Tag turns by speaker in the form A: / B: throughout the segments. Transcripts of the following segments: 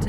A: to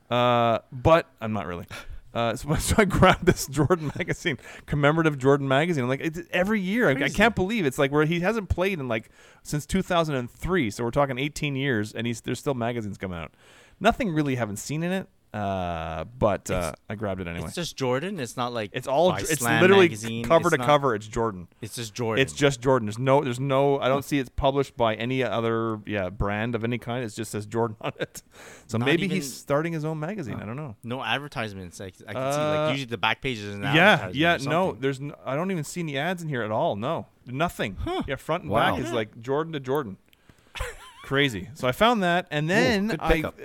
B: Uh, but I'm not really. Uh, so, so I grabbed this Jordan magazine, commemorative Jordan magazine. I'm like, it's every year. I, I
C: Crazy.
B: can't believe it's like where he hasn't played in like since 2003. So we're talking 18 years, and he's there's still magazines coming out. Nothing really haven't seen in it, uh, but uh, I grabbed it anyway.
C: It's just Jordan. It's not like
B: It's all.
C: by
B: It's
C: Slam
B: literally
C: magazine.
B: cover
C: It's
B: to
C: not-
B: cover. It's Jordan.
C: It's just Jordan.
B: It's just Jordan. There's no. There's no. I don't see it's published by any other yeah brand of any kind. It just says Jordan on it. So
C: Not
B: maybe
C: even-
B: he's starting his own magazine. I don't know.
C: no advertisements. I, I can see like
B: Uh,
C: usually the back pages and
B: Yeah, yeah. No, there's. n I don't even see any ads in here at all. No, nothing. Yeah, front and
D: Wow.
B: back is like Jordan to Jordan. Crazy. So I found that, and then
D: good
B: I,
D: pickup.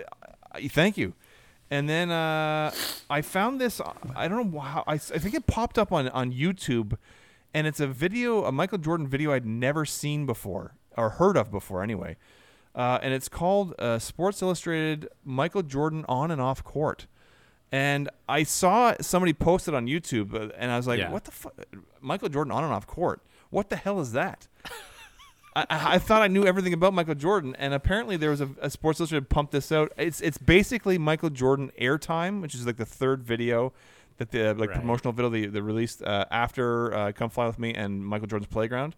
B: I- thank you. And then uh, I found this. uh, I don't know how. I, s- I think it popped up on on YouTube, and it's a video, a Michael Jordan video I'd never seen before or heard of before. Anyway, uh, and it's called uh, Sports Illustrated Michael Jordan on and off court. And I saw somebody post it on YouTube, uh, and I was like,
C: Yeah.
B: "What the fuck, Michael Jordan on and off court? What the hell is that?" I, I I thought I knew everything about Michael Jordan, and apparently there was a, a Sports Illustrated pumped this out. It's it's basically Michael Jordan airtime, which is like the third video that the like
C: Right.
B: promotional video they, they released uh, after uh, Come Fly with Me and Michael Jordan's Playground.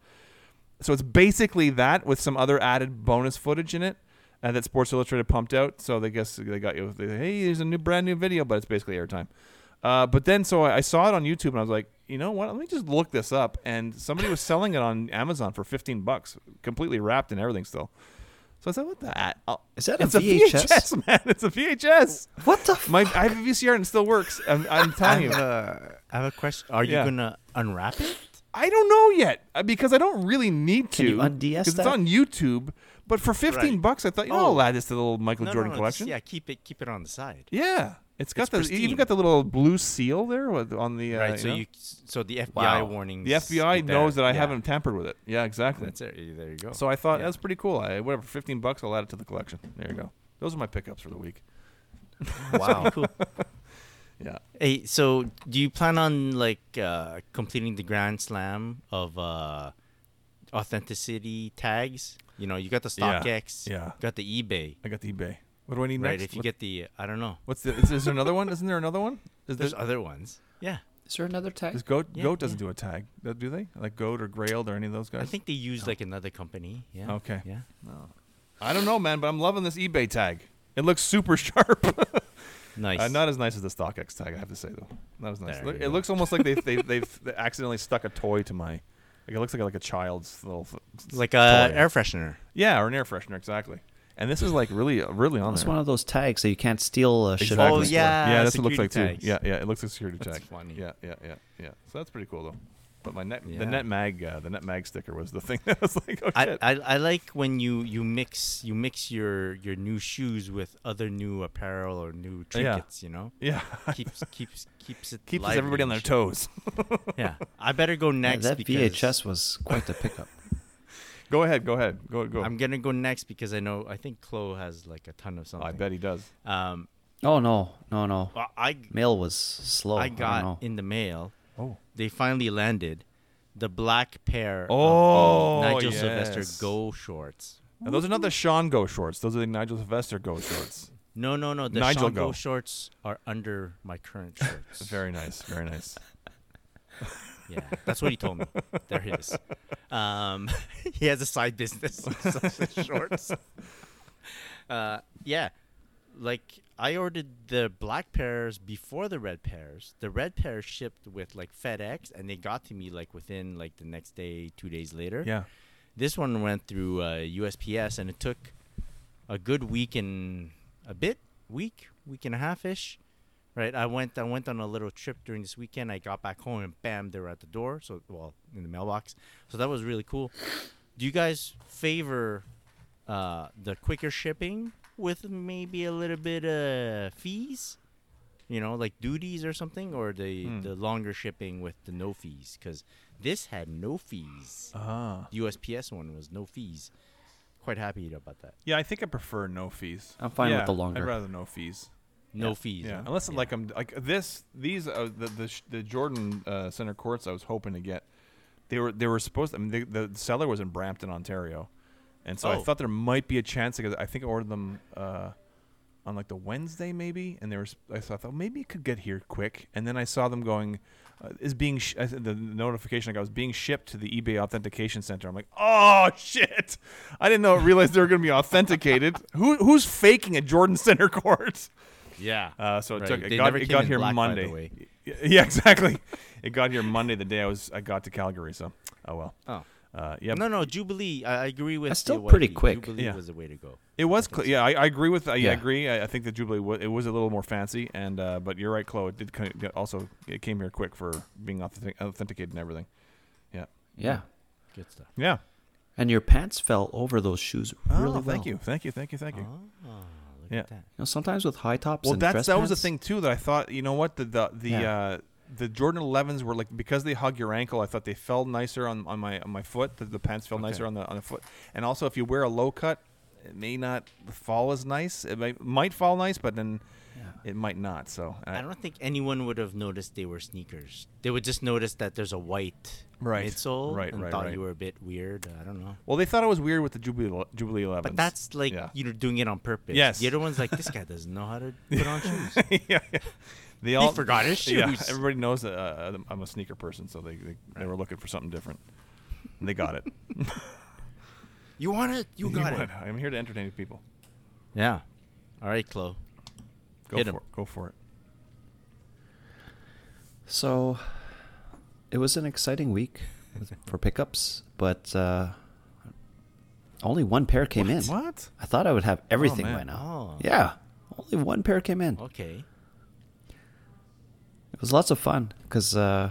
B: So it's basically that with some other added bonus footage in it uh, that Sports Illustrated pumped out. So they guess they got you with the, hey, there's a new brand new video, but it's basically airtime. Uh, but then so I, I saw it on YouTube and I was like, you know what? Let me just look this up. And somebody was selling it on Amazon for 15 bucks, completely wrapped and everything still. So I said, what the? at- I'll-
D: Oh, Is that a
B: it's
D: VHS?
B: VHS, man. It's a VHS.
D: What the? F-
B: My I have a VCR and it still works. I'm, I'm telling you.
C: I have a question. Are you
B: Yeah.
C: gonna unwrap it?
B: I don't know yet uh, because I don't really need to.
D: Can you un-DS
B: 'cause
D: that?
B: It's on YouTube, but for fifteen
C: Right.
B: bucks, I thought you know
C: Oh.
B: I'll add this to the little Michael
C: No, no,
B: Jordan
C: no, just-
B: collection.
C: yeah, keep it keep it on the side.
B: Yeah. it's got
C: It's
B: the you even
C: pristine.
B: got the little blue seal there with, on the uh,
C: right. So
B: know.
C: you so the FBI
D: Wow.
C: warnings.
B: the FBI
C: get
B: knows that
C: better.
B: I
C: Yeah.
B: haven't tampered with it. Yeah, exactly.
C: That's it. There you go.
B: So I thought
C: Yeah.
B: that's pretty cool. I whatever fifteen bucks, I'll add it to the collection. There you go. Those are my pickups for the week.
C: wow. cool.
B: Yeah.
C: Hey, so do you plan on like uh, completing the grand slam of uh, authenticity tags? You know, you got the
B: Yeah,
C: StockX,
B: yeah.
C: got the eBay,
B: I got the eBay. What do I need
C: right?
B: next?
C: If you
B: What-
C: get the, I don't know,
B: what's the is, is there another one? Isn't there another one? Is
C: there's
B: there,
C: other ones. Yeah,
D: is there another tag?
B: is goat
C: yeah,
B: goat doesn't
C: yeah.
B: do a tag, uh, do they? Like goat or grailed or any of those guys?
C: I think they use like another company. Yeah.
B: Okay. Uh,
C: Yeah.
B: I don't know, man, but I'm loving this eBay tag. It looks super sharp.
C: Nice.
B: uh, not as nice as the StockX tag, I have to say though. Not as nice.
C: There
B: Look-
C: you
B: it
C: go.
B: looks almost like they've they've, they've accidentally stuck a toy to my. Like it looks like a, like a child's little. f-
C: like uh, a
B: toy.
C: air freshener.
B: Yeah, or an air freshener, exactly. And this is like really uh, really on
D: It's
B: there.
D: one of those tags that you can't steal uh, shit.
B: Exactly.
D: off
C: Oh,
D: the store.
C: yeah.
B: yeah, that's what it looks like
C: security
B: too. Yeah,
C: tags.
B: yeah, it looks like a security
C: That's
B: tag.
C: funny.
B: Yeah, yeah, yeah, yeah. So that's pretty cool though. But my net
C: Yeah.
B: the net mag uh, the net mag sticker was the thing that was like oh
C: I,
B: shit.
C: I, I like when you, you mix you mix your, your new shoes with other new apparel or new trinkets, you know?
B: yeah.
C: Keeps keeps keeps it
B: Keeps
C: lively
B: everybody on
C: and
B: their
C: shit.
B: toes.
C: Yeah, I better go
D: Yeah,
C: next.
D: that
C: because
D: VHS was quite the pickup.
B: go ahead, go ahead, go go.
C: I'm gonna go next because I know I think Chloe has like a ton of something.
B: Oh, I bet he does.
C: Um,
D: Oh no, no, no.
C: I- I
D: Mail was slow.
C: I
D: don't
C: got
D: know.
C: in the mail.
B: Oh.
C: They finally landed the black pair.
B: Oh,
C: of Nigel Sylvester
B: yes.
C: Go shorts.
B: Now, those are not the Sean Go shorts. Those are the Nigel Sylvester Go shorts.
C: No, no, no. The
B: Nigel
C: Sean Go
B: Go.
C: shorts are under my current shorts.
B: Very nice. Very nice.
C: Yeah, that's what he told me. They're his. Um, he has a side business, he sells his shorts. Uh, yeah, like I ordered the black pairs before the red pairs. The red pairs shipped with like FedEx, and they got to me like within like the next day, two days later.
B: Yeah.
C: This one went through uh, USPS, and it took a good week and a bit, week, week and a half ish. Right. I went. I went on a little trip during this weekend. I got back home, and bam, they were at the door. So, well, in the mailbox. So that was really cool. Do you guys favor uh, the quicker shipping with maybe a little bit of fees? You know, like duties or something, or the
B: Hmm.
C: the longer shipping with the no fees? Because this had no fees.
B: Ah.
C: USPS one was no fees. Quite happy about that.
B: Yeah, I think I prefer no fees.
D: I'm fine with
B: Yeah,
D: the longer.
B: I'd rather no fees.
C: No
D: Yeah.
C: fees.
B: Yeah,
C: huh?
B: unless
C: Yeah.
B: like I'm like this. These uh, the the, sh- the Jordan uh, Center courts I was hoping to get. They were they were supposed. I mean, they, the seller was in Brampton, Ontario, and so I
C: Oh.
B: thought there might be a chance because I think I ordered them uh, on like the Wednesday maybe, and they were. s- I thought "Oh, maybe it could get here quick, and then I saw them going. Uh, is being sh- I said- the notification I got was being shipped to the eBay authentication center. I'm like, oh shit! I didn't know realize they were going to be authenticated. Who who's faking a Jordan Center court?
C: Yeah.
B: Uh, so it
C: Right.
B: took it
C: They
B: got,
C: never
B: it
C: came
B: got
C: in
B: here
C: black, by the
B: Monday.
C: way.
B: Y- Yeah, exactly. it got here Monday the day I was I got to Calgary. So oh well.
C: oh.
B: Uh, yeah,
C: No, no, Jubilee. I, I agree with.
D: That's still
C: DYP.
D: pretty quick.
C: Jubilee
B: Yeah.
C: was the way to go.
B: it was. Cl- yeah, I, I agree with. I,
D: Yeah.
B: agree. I, I think the Jubilee wa it was a little more fancy, and uh, but you're right, Chloe. It did kind of, also it came here quick for being authentic, authenticated and everything. Yeah,
D: yeah.
C: Good stuff.
B: yeah.
D: And your pants fell over those shoes really well.
B: oh, thank you, thank you, thank you, thank you.
C: Ah, look
B: Yeah.
C: at that.
D: You know, sometimes with high tops.
B: Well,
D: and
B: that's
D: dress
B: that was the
D: pants-
B: thing too that I thought. You know what the the the,
D: Yeah.
B: uh, the Jordan 11s were like because they hug your ankle. I thought they fell nicer on, on my on my foot. The, the pants fell nicer on the on the foot. And also, if you wear a low cut it may not fall as nice. It might, might fall nice, but then it might not. So uh,
C: I don't think anyone would have noticed they were sneakers. They would just notice that there's a white
B: Right.
C: midsole
B: Right,
C: and
B: right,
C: thought
B: right.
C: you were a bit weird. I don't know.
B: Well, they thought it was weird with the Jubilee Jubilee 11s.
C: But that's like
B: yeah.
C: you're doing it on purpose.
B: Yes.
C: The other one's like, this guy doesn't know how to put on shoes.
B: yeah, yeah. They all
C: forgot his
B: Yeah,
C: shoes.
B: everybody knows that uh, I'm a sneaker person, so they, they, they were looking for something different. And they got it.
C: You want it? You got it.
B: I'm here to entertain people.
C: Yeah. All right, Chloe.
B: Go
C: Hit
B: for
C: 'em.
B: it. Go for it.
D: So it was an exciting week with- for pickups, but uh, only one pair came in.
B: What?
D: I thought I would have everything
B: man.
D: by now.
C: Oh.
D: Yeah, only one pair came in.
C: Okay.
D: It was lots of fun because uh,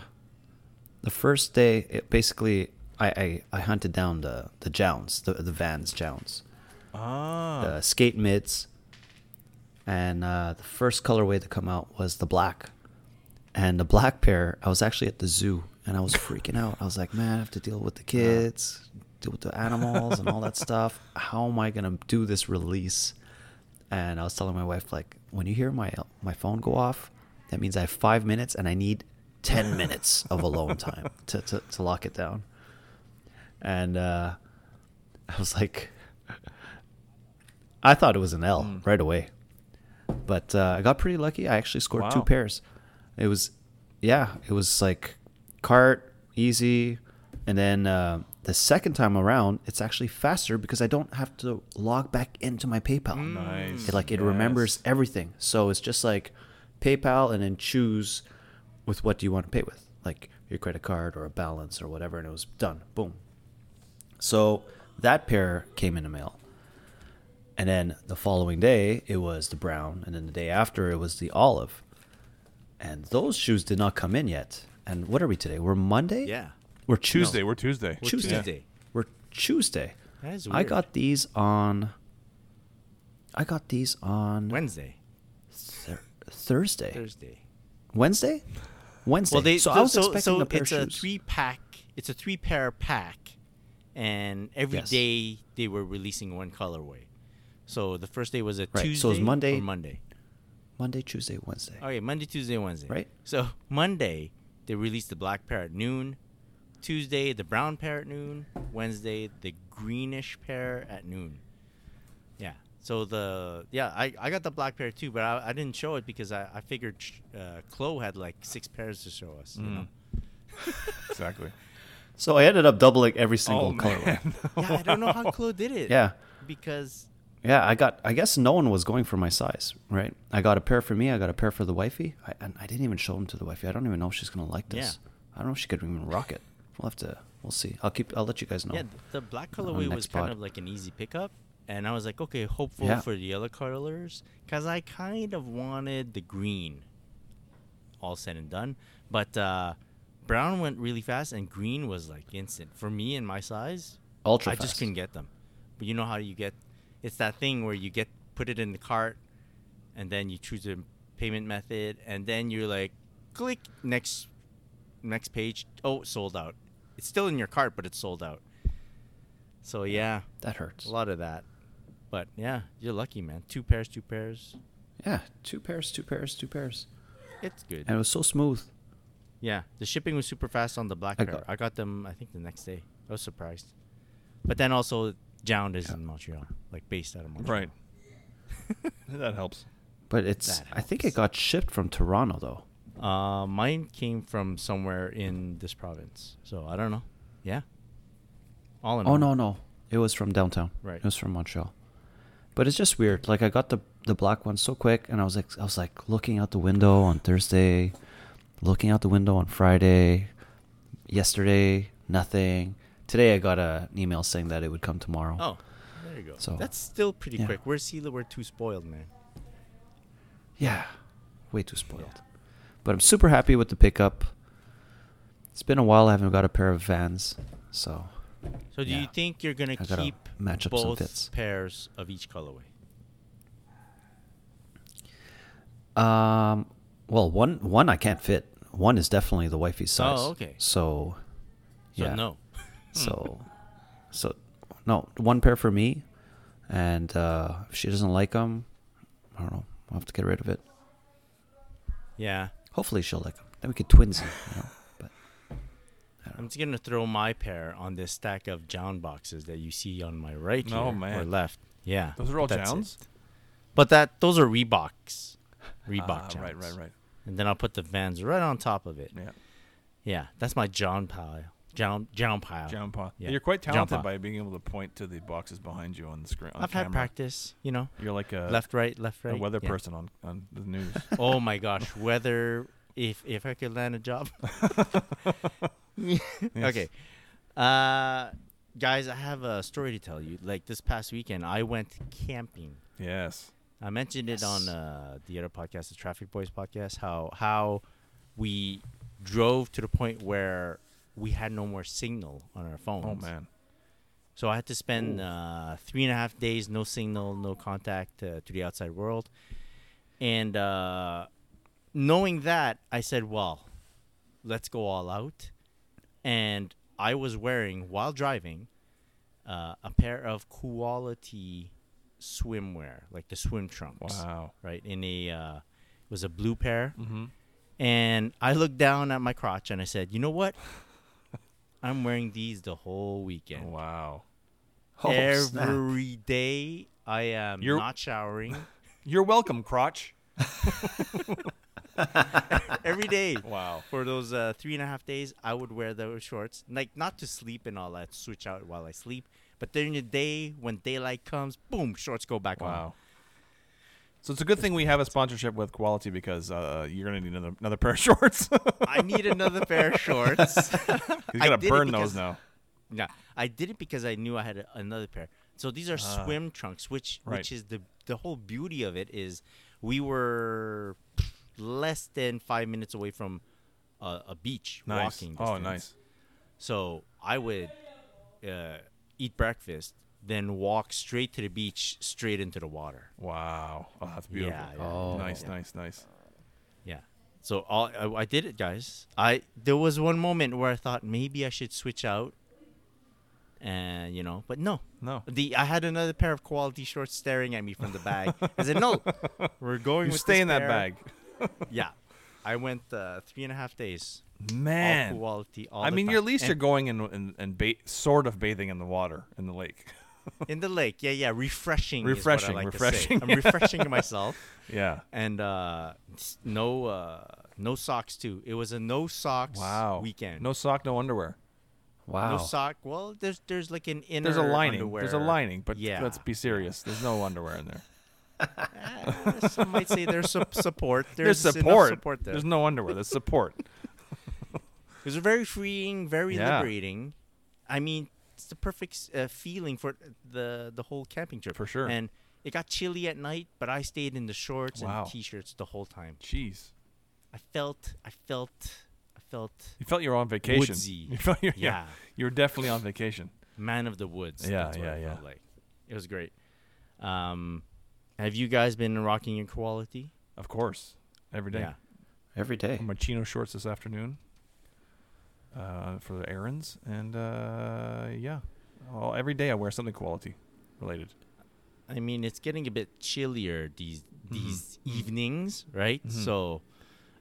D: the first day, it basically, I, I, I hunted down the the Jounds, the the Vans Jounds,
B: Ah.
D: the skate mids, and uh, the first colorway to come out was the black. And the black pair, I was actually at the zoo and I was freaking out. I was like, man, I have to deal with the kids, deal with the animals and all that stuff. How am I gonna do this release? And I was telling my wife, like, when you hear my my phone go off, that means I have five minutes and I need ten minutes of alone time to, to, to lock it down. And uh, I was like, I thought it was an L right away, but uh, I got pretty lucky. I actually scored two
B: Wow.
D: pairs. It was, yeah, it was like cart easy, and then uh, the second time around, it's actually faster because I don't have to log back into my PayPal.
B: nice.
D: It like it remembers everything. So it's just like PayPal and then choose with what do you want to pay with, like your credit card or a balance or whatever, and it was done. Boom. So that pair came in the mail. And then the following day it was the brown, and then the day after it was the olive. And those shoes did not come in yet. And what are we today? We're Monday?
C: Yeah.
D: We're
B: Tuesday. We're Tuesday.
C: We're
D: Tuesday.
C: Tuesday.
D: We're Tuesday.
C: That is
D: I
C: weird.
D: got these on. I got these on
C: Wednesday.
D: Thur- Thursday,
C: Thursday.
D: Wednesday, Wednesday.
C: Well, they
D: so I was
C: so,
D: expecting
C: so
D: the pair
C: it's
D: of
C: a
D: shoes.
C: three pack. It's a three pair pack, and every day
D: Yes.
C: they were releasing one colorway. So the first day was a
D: Right, so it
C: Tuesday.
D: was Monday-
C: Or Monday.
D: Monday, Tuesday, Wednesday.
C: Okay, Monday, Tuesday, Wednesday.
D: Right.
C: So Monday they released the black pair at noon. Tuesday the brown pair at noon. Wednesday the greenish pair at noon. Yeah. So the yeah I, I got the black pair too, but I, I didn't show it because I I figured uh, Chloe had like six pairs to show us. You know?
D: Mm.
B: Exactly.
D: So I ended up doubling every
B: Oh,
D: single colorway.
B: man.
C: Yeah, I don't know how Chloe did it.
D: Yeah,
C: Because
D: yeah. I got. I guess no one was going for my size, right? I got a pair for me. I got a pair for the wifey. I, and I didn't even show them to the wifey. I don't even know if she's gonna like this.
C: Yeah.
D: I don't know if she could even rock it. We'll have to. We'll see. I'll keep. I'll let you guys know.
C: yeah, th- the black colorway was
D: next
C: kind
D: pod.
C: of like an easy pickup, and I was like, okay, hopeful
D: Yeah.
C: for the yellow colors, because I kind of wanted the green. All said and done, but uh, brown went really fast, and green was like instant for me and my size.
D: Ultra
C: I
D: fast.
C: just couldn't get them. But you know how you get? It's that thing where you get put it in the cart, and then you choose a payment method, and then you're like, click next, next page. Oh, sold out. It's still in your cart, but it's sold out. So yeah,
D: That hurts.
C: a lot of that. But yeah, you're lucky, man. Two pairs, two pairs.
D: Yeah, two pairs, two pairs, two pairs,
C: It's good.
D: and it was so smooth.
C: Yeah, the shipping was super fast on the black
D: I
C: pair.
D: got-
C: I got them, I think, the next day. I was surprised. But then also, Jound is in Montreal, like based out of Montreal.
B: right. that helps.
D: But it's.
C: That
D: I think
C: helps.
D: it got shipped from Toronto though.
C: Uh, mine came from somewhere in this province, so I don't know. Yeah. All in.
D: Oh
C: all.
D: no no, it was from downtown.
C: Right.
D: it was from Montreal. But it's just weird. Like I got the the black one so quick, and I was like I was like looking out the window on Thursday, looking out the window on Friday, yesterday nothing. Today I got a, an email saying that it would come tomorrow.
C: Oh, there you go.
D: So-
C: That's still pretty
D: yeah.
C: quick. We're Sela, we're too spoiled, man.
D: Yeah, way too spoiled. But I'm super happy with the pickup. It's been a while I haven't got a pair of Vans, so
C: So do you
D: Yeah.
C: think you're gonna
D: I gotta
C: keep
D: match up some
C: both
D: fits.
C: pairs of each colorway?
D: Um, well, one one I can't fit. One is definitely the wifey's size.
C: Oh, okay.
D: So,
C: So
D: yeah.
C: no. Hmm.
D: So, so no one pair for me, And uh, if she doesn't like them, I don't know. I'll have to get rid of it.
C: Yeah.
D: Hopefully she'll like them. Then we could twins them. You know? But
C: I'm just gonna throw my pair on this stack of Jown boxes that you see on my right here,
B: Oh,
C: or
B: man.
C: left. Yeah,
B: Those are all
C: that's it.
B: Jowns?
C: But that those are Reeboks, Reebok
B: Ah,
C: Jowns.
B: right, right, right.
C: And then I'll put the Vans right on top of it.
B: Yeah.
C: Yeah, that's my John pile. John John pile.
B: John Pa.
C: Yeah.
B: You're quite
C: John
B: talented
C: Pa.
B: by being able to point to the boxes behind you on the screen. On
C: I've
B: camera.
C: had practice. You know,
B: You're like a,
C: left, right, left, right.
B: a weather
C: yeah.
B: person on, on the news.
C: Oh my gosh, weather. If if I could land a job.
B: Yes.
C: Okay. Uh, guys, I have a story to tell you. Like this past weekend, I went camping.
B: Yes.
C: I mentioned it on uh, the other podcast, the Traffic Boys podcast, how how we drove to the point where we had no more signal on our phones.
B: Oh man.
C: So I had to spend uh, three and a half days, no signal, no contact uh, to the outside world. And uh, knowing that, I said, well, let's go all out. And I was wearing, while driving, uh, a pair of quality swimwear, like the swim trunks.
B: Wow.
C: Right? In a, uh, it was a blue pair.
B: Mm-hmm.
C: And I looked down at my crotch and I said, you know what? I'm wearing these the whole weekend.
B: Wow.
D: Oh,
C: Every day
D: snap.
C: I am
B: You're-
C: not showering.
B: You're welcome, crotch.
C: Every day
B: Wow.
C: for those uh, three and a half days, I would wear those shorts, like not to sleep and all that. Switch out while I sleep, but during the day when daylight comes, boom, shorts go back on.
B: Wow. So it's a good thing we have a sponsorship with Quality because uh, you're gonna need another, another pair of shorts.
C: I need another pair of shorts.
B: He's
C: I
B: gotta
C: did it
B: burn those
C: because-
B: now.
C: no, I did it because I knew I had a, another pair. So these are swim trunks, which
B: Uh-huh. right.
C: which is the the whole beauty of it is we were less than five minutes away from a, a beach
B: Nice.
C: walking.
B: Oh,
C: distance.
B: nice.
C: So I would uh, eat breakfast, then walk straight to the beach, straight into the water.
B: Wow. Oh, that's beautiful.
C: Yeah, yeah. Oh.
B: Nice, nice, nice.
C: Yeah. So all, I, I did it, guys. I there was one moment where I thought maybe I should switch out, and you know, but no,
B: No.
C: The I had another pair of quality shorts staring at me from the bag. I said, "No, we're going.
B: You
C: with
B: stay
C: this
B: in that
C: pair."
B: bag.
C: Yeah, I went uh, three and a half days. all
B: Man.
C: quality. All
B: I
C: the
B: mean,
C: time.
B: you're, at least
C: And
B: you're going and and, and ba- sort of bathing in the water in the lake.
C: in the lake. Yeah, yeah, refreshing. is what I
B: Refreshing,
C: like to say.
B: refreshing.
C: I'm refreshing myself.
B: yeah.
C: and uh, s- no uh, no socks too. It was a no socks
B: Wow.
C: weekend.
B: No sock, no underwear.
C: no
D: Wow.
C: sock. Well, there's there's like an inner
B: There's a lining.
C: Underwear.
B: There's a lining, but
C: yeah,
B: let's be serious. There's no underweer in there.
C: Uh, some might say there's su- support.
B: There's,
C: There's, enough
B: support.
C: support there.
B: There's no underwear. There's support.
C: It was very freeing, very
B: Yeah.
C: liberating. I mean, it's the perfect s- uh, feeling for the the whole camping trip
B: For sure.
C: And it got chilly at night, but I stayed in the shorts
B: Wow.
C: and t-shirts the whole time.
B: Jeez.
C: I felt, I felt, I felt
B: You felt you were on vacation.
C: Woodsy.
B: You felt you're, yeah.
C: Yeah.
B: You were definitely on vacation.
C: Man of the Woods.
B: Yeah,
C: that's what
B: yeah,
C: it
B: yeah.
C: felt Like it was great. Um, have you guys been rocking your quality?
B: Of course. Every day.
C: Yeah.
D: Every day.
B: my chino shorts this afternoon uh, for the errands, and uh, yeah, all, every day I wear something quality related.
C: I mean, it's getting a bit chillier these these evenings, right? So,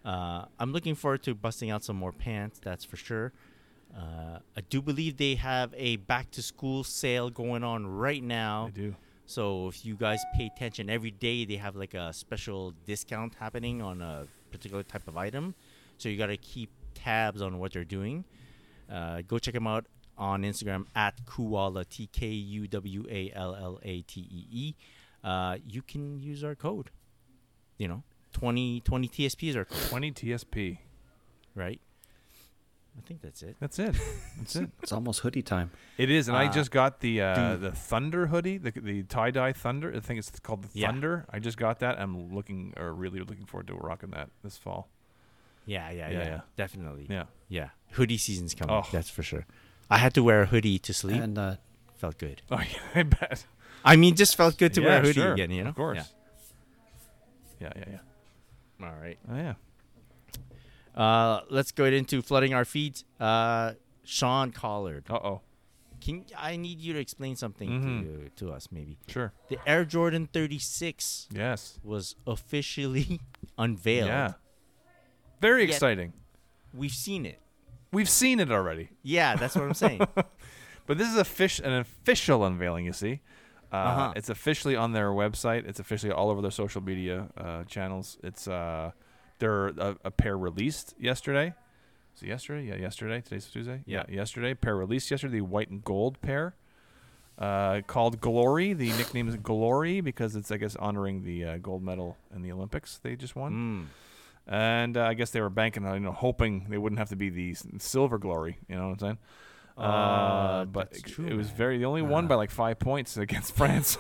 C: uh, I'm looking forward to busting out some more pants. That's for sure. Uh, I do believe they have a back to school sale going on right now.
B: I do.
C: So if you guys pay attention, every day they have like a special discount happening on a particular type of item. So you got to keep tabs on what they're doing. Uh, go check them out on Instagram at Kuwala T K U W A L L A T E E. Uh, You can use our code. You know, 20 20 TSPs are code,
B: Twenty TSP.
C: right? I think that's it.
B: That's it. That's it.
D: It's almost hoodie time.
B: It is, and I
C: Uh,
B: just got the uh, the Thunder hoodie, the, the tie dye Thunder. I think it's called the
C: Yeah.
B: Thunder. I just got that. I'm looking, or really looking forward to rocking that this fall.
C: Yeah, yeah,
B: Yeah,
C: yeah.
B: yeah.
C: Definitely.
B: Yeah.
C: Yeah. Hoodie season's coming.
B: Oh.
C: That's for sure. I had to wear a hoodie to sleep.
D: And uh,
C: Felt good.
B: Oh yeah, I bet.
C: I mean, just felt good to
B: yeah,
C: wear a hoodie
B: sure.
C: again, you know?
B: Of course. Yeah, yeah, yeah.
C: Yeah. All right.
B: Oh yeah.
C: Uh, let's go into flooding our feeds. Uh, Sean Collard.
B: Uh oh.
C: Can I need you to explain something
B: Mm-hmm.
C: to, to us, maybe?
B: Sure.
C: The Air Jordan 36
B: Yes.
C: was officially unveiled.
B: Yeah. Very
C: Yet-
B: exciting.
C: We've seen it.
B: We've seen it already.
C: Yeah, that's what I'm saying.
B: But this is a fish, an official unveiling. You see, uh,
C: Uh-huh.
B: it's officially on their website. It's officially all over their social media uh, channels. It's uh, their a, a pair released yesterday. Is it yesterday? Yeah, yesterday. Today's Tuesday. Yeah, yesterday. Pair released yesterday. The white and gold pair, uh, called Glory. The nickname is Glory because it's, I guess, honoring the uh, gold medal in the Olympics they just won.
C: Mm.
B: And uh, I guess they were banking on, you know, hoping they wouldn't have to be the s- silver glory. You know what I'm saying? Uh,
C: Uh,
B: but
C: that's
B: it-
C: true,
B: it was
C: man. Ah.
B: very. They only won by like five points against France.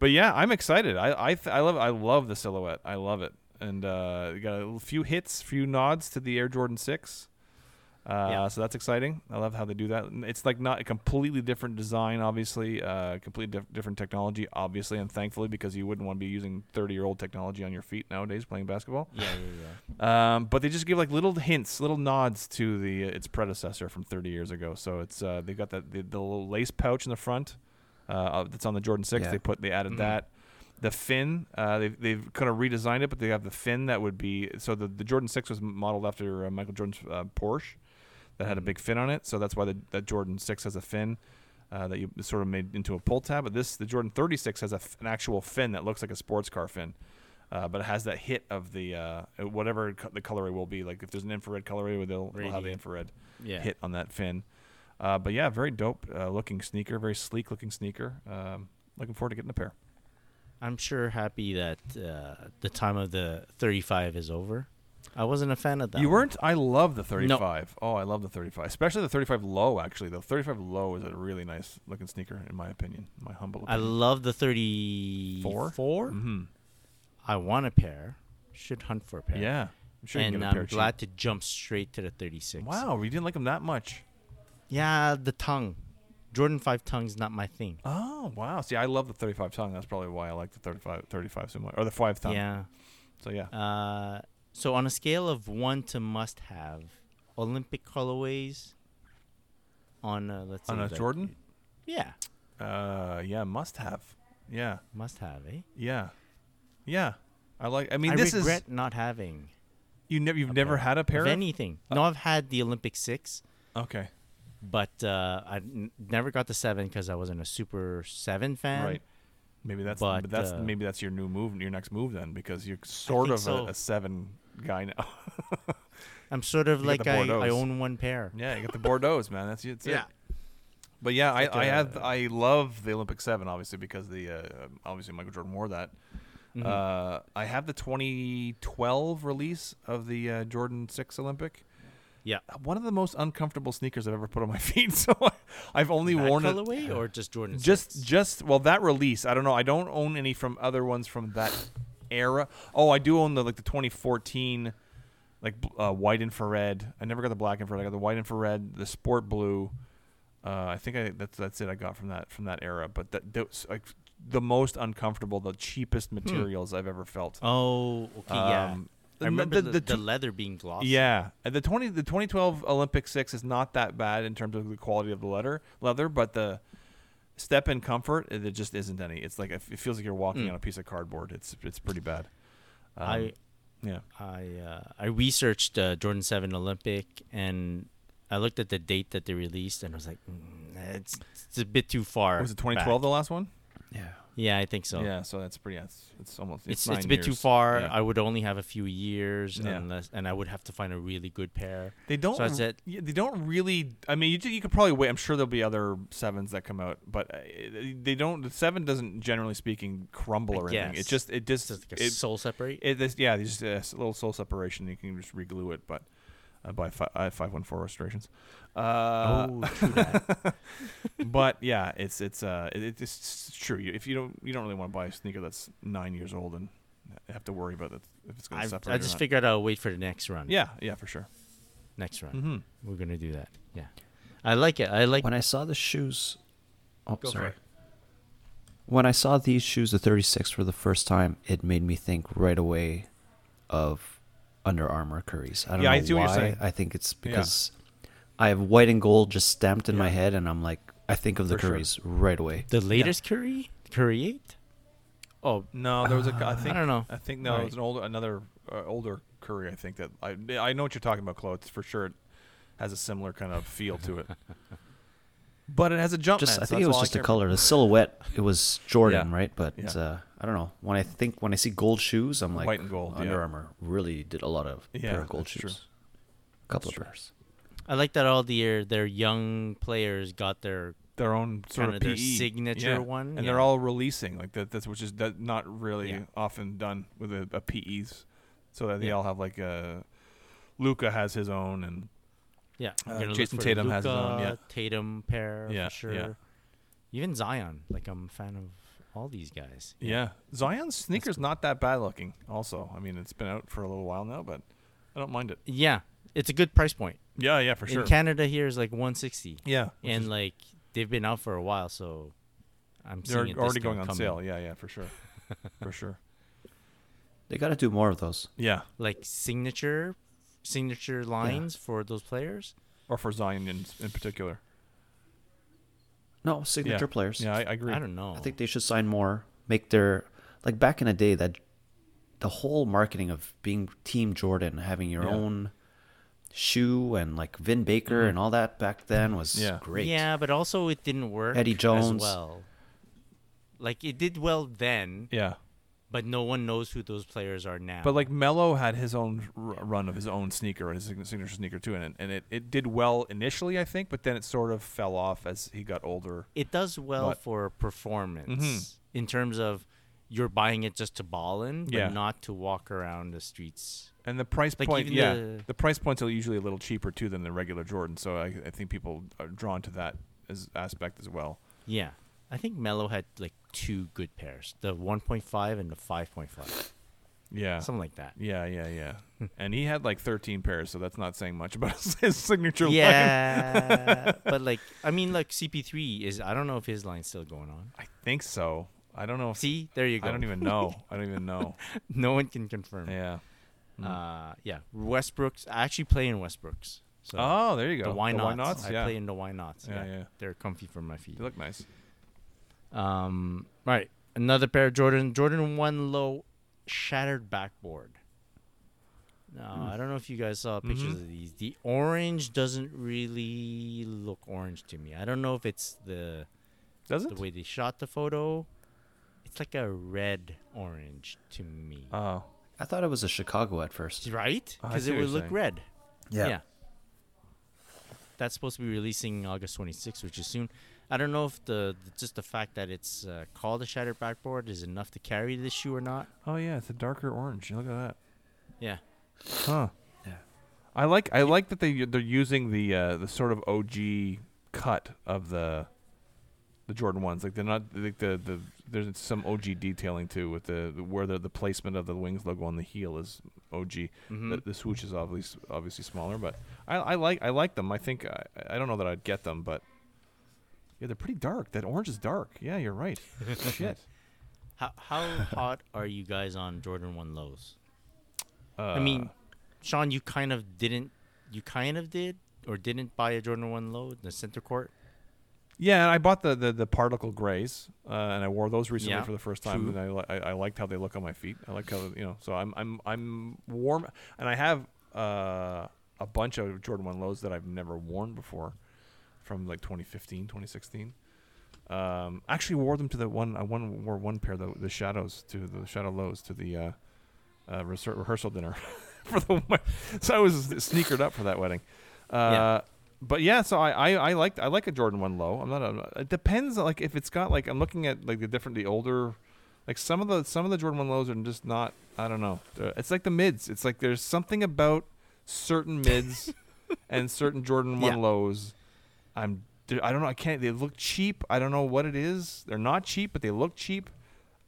B: but yeah, I'm excited. I I, th- I love I love the silhouette. I love it. And uh, we got a l- few hits, few nods to the Air Jordan Six. Uh,
C: Yeah.
B: So that's exciting. I love how they do that. And It's like not a completely different design, obviously, uh, completely diff- different technology, obviously, and thankfully, because you wouldn't want to be using 30 year old technology on your feet nowadays playing basketball.
C: Yeah, yeah, yeah.
B: Um, but they just give like little hints, little nods to the uh, its predecessor from 30 years ago. So it's uh, they got that the, the little lace pouch in the front uh, uh, that's on the Jordan Six.
D: Yeah.
B: They put they added that. The fin, uh, they've, they've kind of redesigned it, but they have the fin that would be so the, the Jordan Six was modeled after uh, Michael Jordan's uh, Porsche that had a big fin on it. So that's why the that Jordan Six has a fin. Uh, that you sort of made into a pull tab, but this the Jordan 36 has a f an actual fin that looks like a sports car fin uh, but it has that hit of the uh, whatever co- the colorway will be. Like if there's an infrared colorway, they'll, they'll have the
C: Radiant.
B: infrared
C: Yeah.
B: hit on that fin. Uh, but yeah, very dope uh, looking sneaker, very sleek looking sneaker. Um, looking forward to getting a pair.
C: I'm sure happy that uh, the time of the 35 is over. I wasn't a fan of that.
B: you
C: one.
B: weren't? I love the 35. Oh, I love the 35, especially the 35 low. Actually, the 35 low is a really nice looking sneaker in my opinion, my humble
C: I
B: opinion.
C: love the 34.
B: mm-hmm.
C: I want a pair. Should hunt for a pair.
B: Yeah, I'm sure you
C: and
B: can get a pair
C: I'm
B: cheap.
C: glad to jump straight to the 36.
B: Wow, you didn't like them that much.
C: Yeah, the tongue. Jordan 5 tongue's not my thing.
B: Oh wow! See, I love the 35 tongue. That's probably why I like the 35, 35 so much, or the five tongue.
C: Yeah.
B: So yeah.
C: Uh, so on a scale of one to must have, Olympic colorways on a, let's
B: On
C: say
B: a
C: like-
B: Oh, Jordan?
C: Yeah,
B: Uh, yeah, must have. Yeah,
C: must have. Eh.
B: yeah, yeah. I like. I mean,
C: I
B: this
C: regret
B: is
C: not having
B: you never you've never
C: pair.
B: had a pair.
C: of
B: Of?
C: anything. no, I've had the Olympic six,
B: Okay,
C: but uh, I n- never got the seven because I wasn't a super seven fan.
B: right. Maybe that's
C: but,
B: but, that's
C: uh,
B: maybe that's your new move, your next move then, because you're sort
C: think
B: of
C: so.
B: a, a seven guy now.
C: I'm sort of
B: You got
C: like
B: the
C: I, I
B: Bordeaux's.
C: own one pair.
B: yeah, you got the Bordeaux's, man. That's, that's
C: Yeah.
B: it. But yeah, I,
C: like
B: I had
C: a-
B: I love the Olympic seven obviously because the uh, obviously Michael Jordan wore that.
C: Mm-hmm.
B: Uh, I have the 2012 release of the uh, Jordan six Olympic.
C: Yeah.
B: one of the most uncomfortable sneakers I've ever put on my feet. So I- I've only
C: That
B: worn it
C: colorway or just Jordan?
B: just
C: six?
B: just well that release. I don't know. I don't own any from other ones from that era. Oh, I do own the like the 2014 like bl- uh, white infrared. I never got the black infrared. I got the white infrared, the sport blue. Uh, I think I that's that's it. I got from that from that era. But that, that was, like the most uncomfortable, the cheapest materials I've ever felt.
C: Oh, okay, yeah.
B: Um,
C: I
B: the-
C: remember
B: the-
C: the,
B: the
C: the,
B: two-
C: leather being glossy.
B: Yeah, And the twenty the twenty twelve Olympic six is not that bad in terms of the quality of the leather leather, but the step in comfort it, it just isn't any. It's like it it feels like you're walking on a piece of cardboard. It's it's pretty bad. Um,
C: Mm. I
B: yeah.
C: I uh, I researched uh, Jordan Seven Olympic and I looked at the date that they released and I was like, mm, it's, it's a bit too far.
B: Was it 2012 the
C: back."
B: last one?
D: Yeah.
C: Yeah, I think so.
B: Yeah, so that's pretty. yeah, It's, it's almost. It's,
C: It's,
B: nine
C: it's a bit too
B: years.
C: far.
B: Yeah.
C: I would only have a few years,
B: Yeah.
C: unless, and I would have to find a really good pair.
B: They don't.
C: So that's
B: r-
C: it.
B: yeah, they don't really. I mean, you, ju- you could probably wait. I'm sure there'll be other sevens that come out, but uh, they don't. The seven doesn't, generally speaking, crumble
C: I
B: or anything.
C: guess.
B: It just. It
C: It's
B: just.
C: just like a
B: it,
C: soul separate.
B: it this yeah there's just a s- little soul separation you can just reglue it but uh, by fi- uh, 514 restorations uh,
C: oh, true that.
B: but yeah it's it's uh it, it's- it's true you, if you don't you don't really want to buy a sneaker that's nine years old and have to worry about that if it's going
C: I,
B: to separate
C: I
B: or
C: just
B: not.
C: figured I'll wait for the next run.
B: yeah yeah for sure
C: next run.
B: mm-hmm.
C: We're gonna do that. Yeah, I like it. I like.
D: When I saw the shoes, oh
B: Go for
D: sorry.
B: it.
D: When I saw these shoes, the 36 for the first time, it made me think right away of Under Armour Curries. I don't
B: Yeah,
D: know
B: I see
D: why.
B: what you're saying.
D: I think it's because I have white and gold just stamped in my head, and I'm like, I think of the
B: For sure.
D: curries right away.
C: The latest Curry? Curry 8?
B: Oh no, there was a. I think
C: I don't know.
B: I think no, it was an older, another uh, older curry. I think that I I know what you're talking about, Chloe. It's for sure. It has a similar kind of feel to it, but it has a jump.
D: Just
B: net,
D: I
B: so
D: think it
B: that's
D: was
B: all
D: just a
B: care-
D: color. The silhouette, it was Jordan,
B: Yeah.
D: right? But
B: Yeah.
D: uh, I don't know. When I think when I see gold shoes, I'm like
B: White and gold,
D: Under
B: yeah.
D: Armour really did a lot of
B: Yeah,
D: pair of gold
B: that's true.
D: shoes. A couple of pairs.
C: I like that all the year their young players got their
B: Their own sort
C: Kinda
B: of
C: their
B: PE.
C: signature
B: Yeah.
C: one,
B: and
C: yeah.
B: they're all releasing like that. That's which is that- not really
C: Yeah.
B: often done with a, a PEs, so that they
C: Yeah.
B: all have like a. Luca has his own, and
C: yeah. I'm
B: Uh,
C: gonna look
B: Jason
C: for
B: Tatum has his own,
C: Luka,
B: yeah.
C: Tatum pair
B: Yeah, yeah.
C: for sure. Even Zion, like I'm a fan of all these guys.
B: yeah, Zion's sneakers not that bad looking. Also, I mean, it's been out for a little while now, but I don't mind it.
C: Yeah, it's a good price point.
B: Yeah, yeah, for sure.
C: In Canada here is like 160,
B: yeah, which
C: and
B: is-
C: like they've been out for a while, so I'm
B: they're
C: seeing it
B: already going on
C: coming.
B: sale. Yeah, yeah, for sure, for sure.
D: They got to do more of those.
B: Yeah,
C: Like signature, signature lines for those players.
B: or for Zion in, in particular.
D: No signature
B: yeah.
D: players.
B: Yeah, I, I agree.
C: I don't know.
D: I think they should sign more. Make their like back in the day that the whole marketing of being Team Jordan, having your
B: Yeah. Mm-hmm.
D: own shoe and like Vin Baker and all that back then was
B: Yeah.
D: great.
C: Yeah, but also it didn't work.
D: Eddie
C: as
D: Jones.
C: well. Like it did well then,
B: Yeah,
C: but no one knows who those players are now.
B: but like Mello had his own r- run of his own sneaker, his sign- signature sneaker too, and it, and it it did well initially, I think, but then it sort of fell off as he got older.
C: it does well
B: What? Mm-hmm.
C: for performance in terms of you're buying it just to ball in, but
B: Yeah.
C: not to walk around the streets.
B: And the price
C: Like,
B: point,
C: even
B: yeah,
C: the-
B: the, price points are usually a little cheaper too than the regular Jordan, so I, I think people are drawn to that as aspect as well.
C: Yeah, I think Melo had like two good pairs: the 1.5 and the 5.5,
B: Yeah,
C: something like that.
B: Yeah, yeah,
C: Hmm.
B: yeah. and he had like 13 pairs, so that's not saying much about his, his signature line.
C: Yeah, but like I mean, like CP3 is I don't know if his line's still going on.
B: I think so. I don't know. If,
C: See, there you go.
B: I don't even know. I don't even know.
C: no one can confirm.
B: Yeah. Mm.
C: Uh, yeah, Westbrook's. I actually play in Westbrook's. So
B: Oh, there you go.
C: the why
B: The
C: nots?
B: why nots?
C: I
B: yeah.
C: play in the why nots.
B: Yeah,
C: Yeah,
B: yeah.
C: they're comfy for my feet.
B: They look nice.
C: Um, right, another pair of Jordan. Jordan one low, shattered backboard. Now
B: Hmm.
C: I don't know if you guys saw
B: Mm-hmm.
C: pictures of these. The orange doesn't really look orange to me. I don't know if it's the
B: Does
C: the
B: it?
C: way they shot the photo. It's like a red orange to me.
B: Oh,
D: I thought it was a Chicago at first.
C: right?
B: Oh, I
C: Because
B: see
C: it
B: what
C: would
B: you're
C: look
B: saying.
C: red. Yeah. That's supposed to be releasing August 26th, which is soon. I don't know if the, the- just the fact that it's uh, called a shattered backboard is enough to carry this shoe or not.
B: oh yeah. It's a darker orange. Look at that.
C: Yeah.
B: Huh.
D: Yeah.
B: I like. I like that they they're using the uh, the sort of OG cut of the the Jordan ones. Like they're not like the the there's some OG detailing too with the where the the placement of the wings logo on the heel is OG. The, the swoosh is obviously obviously smaller, but I, I like I like them. I think I, I don't know that I'd get them, but yeah, they're pretty dark. That orange is dark. Yeah, you're right. Shit.
C: How, how hot are you guys on Jordan 1 lows?
B: Uh,
C: I mean, Sean, you kind of didn't, you kind of did or didn't buy a Jordan 1 low in the center court.
B: Yeah, and I bought the the, the particle grays, uh, and I wore those recently
C: Yeah,
B: for the first time,
C: true.
B: and I, li- I I liked how they look on my feet. I like how you know, so I'm I'm I'm warm, and I have uh, a bunch of Jordan One lows that I've never worn before, from like 2015, 2016. Um, I actually wore them to the one I one wore one pair the the shadows to the shadow lows to the uh, uh, reser- rehearsal dinner for the wed- so I was sneakered up for that wedding. Uh, But yeah, so I, I I like I like a Jordan one low. I'm not. A, it depends like if it's got like I'm looking at like the different the older, like some of the some of the Jordan one lows are just not. I don't know. They're- It's like the mids. It's like there's something about certain mids and certain Jordan one
C: Yeah.
B: lows. I'm they're- I don't know. I can't. They look cheap. I don't know what it is. They're not cheap, but they look cheap.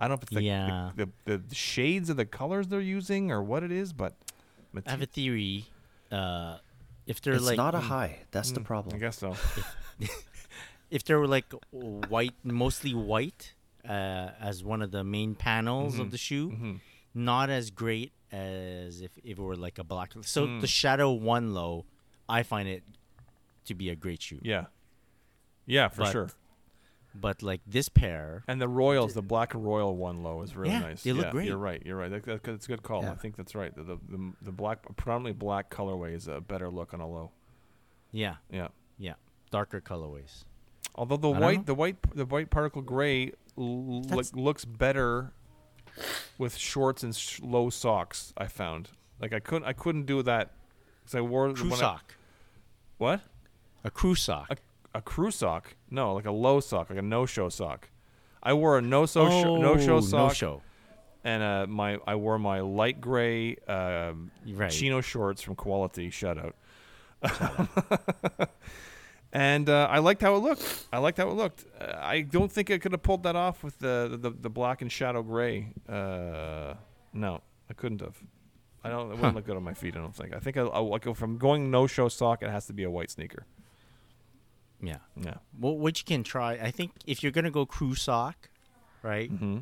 B: I don't know if it's the, the-
C: Yeah.
B: the, the, shades of the colors they're using or what it is, but
C: I have a theory. Uh, if they're
D: It's
C: like mm,
D: not a high. That's the problem.
B: mm, I guess so.
C: if there were like white, mostly white, uh, as one of the main panels
B: Mm-hmm.
C: of the shoe, not as great
B: Mm.
C: as if, if it were like a black. So the shadow one low, I find it to be a great shoe.
B: Yeah. Yeah, for
C: But-
B: sure.
C: But like this pair,
B: And the Royals, the black Royal one low is really
C: Yeah,
B: nice.
C: they look
B: yeah,
C: great.
B: You're right. You're right. That, that, that's a good call.
D: Yeah.
B: I think that's right. The, the, the, the black, predominantly black colorway is a better look on a low.
C: yeah,
B: Yeah.
C: yeah, darker colorways.
B: Although the
C: I don't know.
B: white, the white, the white particle gray l-
C: That's-
B: look, looks better with shorts and sh- low socks. I found like I couldn't, I couldn't do that because I wore
C: Crew
B: when I-
C: sock,
B: what?
C: a crew sock.
B: A, a crew sock? No, like a low sock, like a no-show sock. I wore a no-show,
C: Oh,
B: no-show sock,
C: no-show.
B: and uh, my I wore my light gray um,
C: Right.
B: chino shorts from Quality. Shout out. and uh, I liked how it looked. I liked how it looked. Uh, I don't think I could have pulled that off with the the, the black and shadow gray. Uh, no, I couldn't have. I don't. It wouldn't look good on my feet. I don't think. I think I, I like if I'm going no show sock, it has to be a white sneaker.
C: Yeah.
B: Yeah.
C: Well, what you can try, I think, if you're gonna go crew sock,
B: Mm.
C: right?
B: Mm-hmm.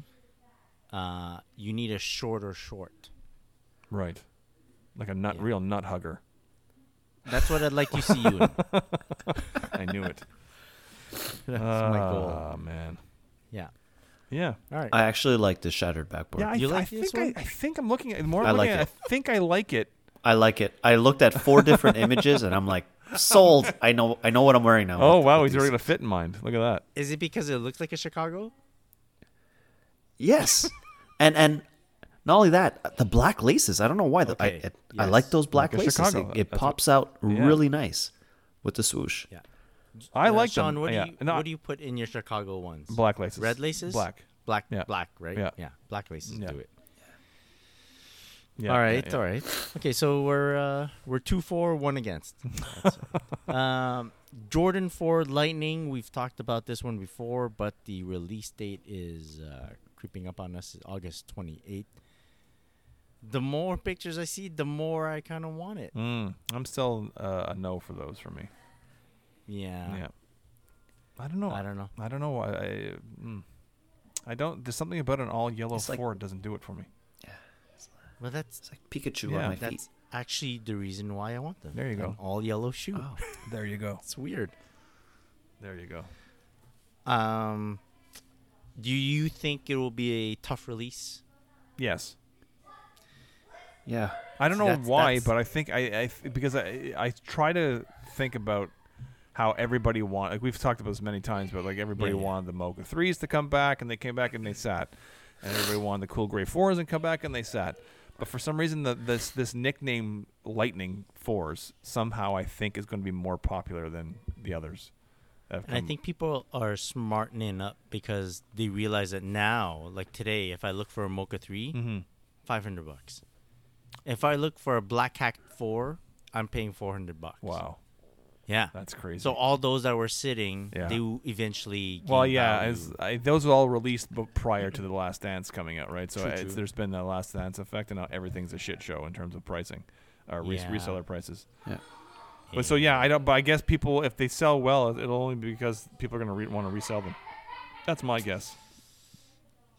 C: Uh, you need a shorter short.
B: Right. Like a nut,
C: Yeah.
B: real nut hugger.
C: That's what I'd like to see you in.
B: I knew it.
C: That's my goal.
B: Oh man.
C: Yeah.
B: Yeah.
C: All right.
D: I actually like the shattered backboard.
B: Yeah, I,
C: You
B: th-
C: like
B: I
C: this
B: think I,
C: one?
B: I think I'm looking at the more
D: I
B: I'm
D: like
B: looking at it, I think I like it.
D: I like it. I looked at four different images and I'm like, sold. I know I know what I'm wearing now.
B: Oh
D: With-
B: wow,
D: with
B: he's already
D: these.
B: gonna fit in mine. Look at that.
C: Is it because it looks like a Chicago?
D: Yes. and and not only that, the black laces. I don't know why. The,
C: Okay,
D: I, it, I
C: yes.
D: like those black
B: Like a
D: laces.
B: Chicago,
D: It-
B: that's
D: It,
B: what-
D: pops out
B: yeah.
D: really nice with the swoosh.
C: Yeah.
B: I
C: Uh,
B: like
C: Sean,
B: them.
C: What do
B: yeah.
C: you
B: No,
C: what do you put in your Chicago ones?
B: black laces?
C: Red laces.
B: Black.
C: Black.
B: Yeah.
C: Black. Right.
B: Yeah.
C: Yeah. Black laces
B: Yeah.
C: do it.
B: Yeah,
C: all
B: yeah,
C: right.
B: yeah.
C: All right. Okay. So we're uh, we're two for one against. That's it. um, Jordan Ford Lightning. We've talked about this one before, but the release date is uh, creeping up on us. August twenty eighth. The more pictures I see, the more I kind of want it.
B: Mm, I'm still uh, a no for those for me.
C: Yeah.
B: yeah. I don't know.
C: I don't know.
B: I don't know why. I, mm. I don't. There's something about an all yellow
D: It's like-
B: Ford doesn't do it for me.
C: Well, that's
D: It's like Pikachu
B: Yeah,
D: on my feet.
C: that's actually the reason why I want them.
B: There you go.
C: An all yellow shoe.
D: Oh.
B: There you go.
C: It's weird.
B: There you go. Oh.
C: Um, do you think it will be a tough release?
B: Yes.
D: Yeah.
B: I don't know
C: That's-
B: why,
C: that's-
B: but I think I, I th- because I I try to think about how everybody want like we've talked about this many times, but like everybody
C: Yeah, yeah.
B: wanted the Mocha threes to come back, and they came back and they sat, and everybody wanted the cool gray fours and come back and they sat. But for some reason, the, this this nickname Lightning Fours somehow I think is going to be more popular than the others. that have
C: And I
B: come-
C: think people are smartening up because they realize that now, like today, if I look for a Mocha 3,
B: Mhm.
C: 500 bucks. If I look for a Black Hack 4, I'm paying 400 bucks.
B: wow,
C: Yeah.
B: that's crazy.
C: So all those that were sitting,
B: Yeah.
C: they will eventually.
B: Well,
C: gain
B: yeah,
C: value.
B: as I, those were all released b- prior to the Last Dance coming out, right? So
C: True,
B: it's,
C: true.
B: there's been the Last Dance effect, and now everything's a shit show in terms of pricing, uh, res-
C: Yeah.
B: reseller prices.
D: Yeah.
B: But so yeah, I don't. But I guess people, if they sell well, it'll only be because people are gonna re- want to resell them. That's my guess.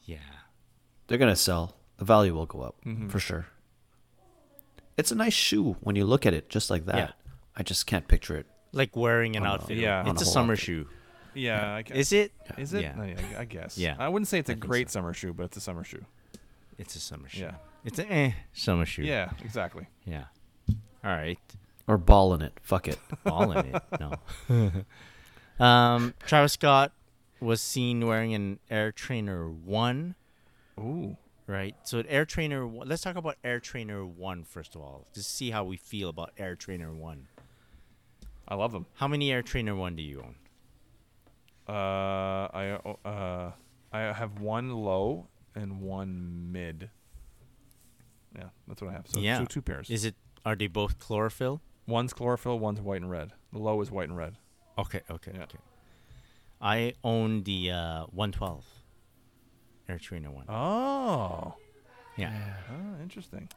C: Yeah.
D: They're gonna sell. The value will go up for sure. It's a nice shoe when you look at it just like that.
C: Yeah.
D: I just can't picture it.
C: Like wearing an
D: On a-
C: outfit.
B: Yeah. on
C: It's a
D: a whole
C: summer
D: outfit.
C: shoe.
B: Yeah, I guess.
C: Is it?
B: Is it?
C: Yeah.
B: No, yeah, I guess.
C: Yeah.
B: I wouldn't say it's a
C: I think
B: great summer shoe, but it's a summer shoe.
C: It's a summer shoe.
B: Yeah.
C: It's a eh, summer shoe.
B: Yeah, exactly.
C: Yeah. All right.
D: Or ball in it. Fuck it.
C: Ball in it. No. um, Travis Scott was seen wearing an Air Trainer 1,
B: Ooh.
C: right? So, an Air Trainer 1. Let's talk about Air Trainer 1 first of all. Just see how we feel about Air Trainer 1.
B: I love them.
C: How many Air Trainer 1 do you own?
B: Uh, I uh, I have one low and one mid. Yeah, that's what I have. So
C: Yeah.
B: two, two pairs.
C: Is it are they both chlorophyll?
B: one's chlorophyll, one's white and red. The low is white and red.
C: Okay, okay,
B: Yeah.
C: okay. I own the uh, 112 Air Trainer 1.
B: Oh,
C: yeah.
B: oh interesting.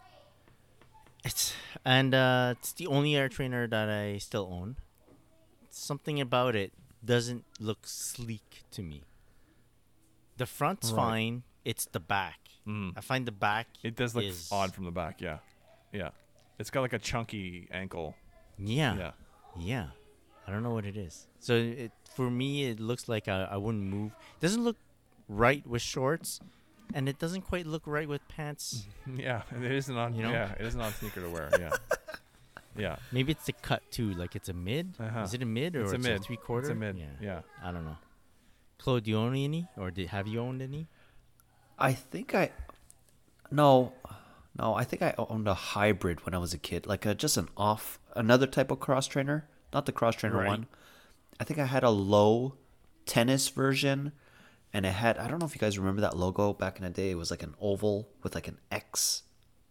C: It's and uh, it's the only air trainer that I still own. Something about it doesn't look sleek to me. The front's
B: Right.
C: fine. It's the back.
B: Mm.
C: I find the back.
B: It does look
C: is-
B: odd from the back. Yeah, yeah. It's got like a chunky ankle.
C: Yeah,
B: Yeah.
C: yeah. I don't know what it is. So it, for me, it looks like I, I wouldn't move. doesn't look right with shorts, and it doesn't quite look right with pants.
B: Yeah, it is not.
C: You know?
B: Yeah, it is not sneaker to wear. Yeah, yeah.
C: Maybe it's the cut too. Like it's a mid.
B: Uh-huh.
C: Is it a mid or
B: It's a mid.
C: three quarter?
B: It's a mid. Yeah.
C: I don't know. Claude, do you own any, or did, have you owned any?
D: I think I, no, no, I think I owned a hybrid when I was a kid, like a, just an off, another type of cross trainer, not the cross trainer
C: Right.
D: one. I think I had a low tennis version, and it had I don't know if you guys remember that logo back in the day. It was like an oval with like an X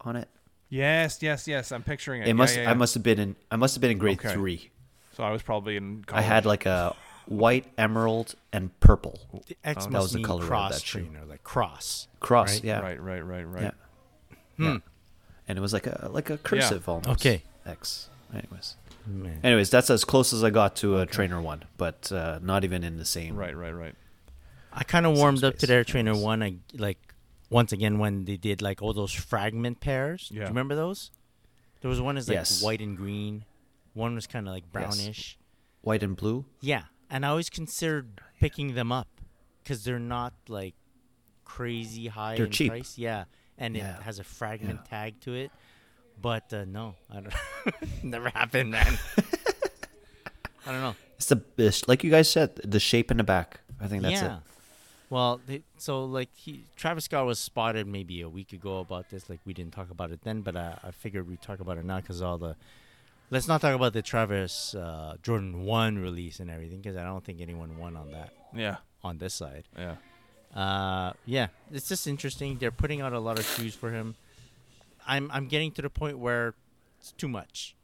D: on it.
B: Yes, yes, yes. I'm picturing it.
D: It
B: Yeah,
D: must
B: yeah, yeah.
D: I must have been in I must have been in grade
B: Okay. Oh.
D: three.
B: So I was probably in.
D: I
B: College.
D: had like a white emerald and purple
C: The X
D: That
C: must
D: was the
C: mean
D: color of
C: cross
D: that shoe.
C: trainer, like cross.
D: cross.
C: Right,
D: yeah,
B: Right, right, right, right. Hmm.
D: yeah. Yeah. And it was like a like a cursive almost.
C: Okay.
D: X. Anyways.
C: Man.
D: Anyways, that's as close as I got to a trainer one, but uh, not even in the same.
B: Right, right, right.
C: I kind of warmed up to
D: space,
C: their
D: yeah,
C: trainer
D: it's-
C: one. I like once again when they did like all those fragment pairs. Do
B: Yeah.
C: you remember those? There was one is like
D: Yes.
C: white and green. One was kind of like brownish.
D: White and blue.
C: Yeah, and I always considered
D: Oh,
C: picking them up because they're not like crazy high
D: They're
C: in
D: cheap.
C: price. Yeah, and
D: Yeah.
C: it has a fragment
D: Yeah.
C: tag to it. But uh, no, I don't. never happened, man. I don't know.
D: It's the it's, like you guys said, the shape in the back. I think that's
C: yeah.
D: it.
C: Well, they, so like he, Travis Scott was spotted maybe a week ago about this. Like we didn't talk about it then, but I, I figured we'd talk about it now because all the. Let's not talk about the Travis uh, Jordan one release and everything because I don't think anyone won on that
B: Yeah,
C: on this side.
B: yeah.
C: Uh, yeah, it's just interesting. They're putting out a lot of shoes for him. I'm I'm getting to the point where it's too much.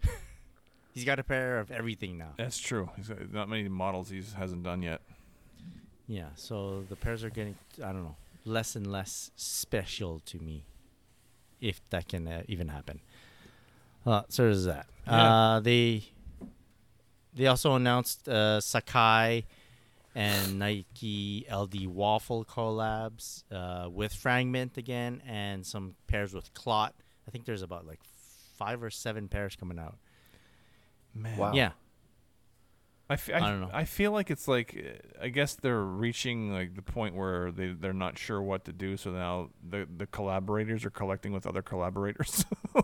C: He's got a pair of everything now.
B: That's true. He's got not many models he hasn't done yet.
C: Yeah, so the pairs are getting I don't know less and less special to me, if that can uh, even happen. Uh, so there's that.
B: Yeah.
C: Uh, they they also announced uh, Sakai and Nike LD Waffle collabs uh, with Fragment again, and some pairs with Clot. I think there's about like five or seven pairs coming out.
B: Man.
D: Wow.
C: Yeah,
B: I, f- I,
C: I don't know.
B: I feel like it's like uh, I guess they're reaching like the point where they they're not sure what to do. So now the the collaborators are collecting with other collaborators.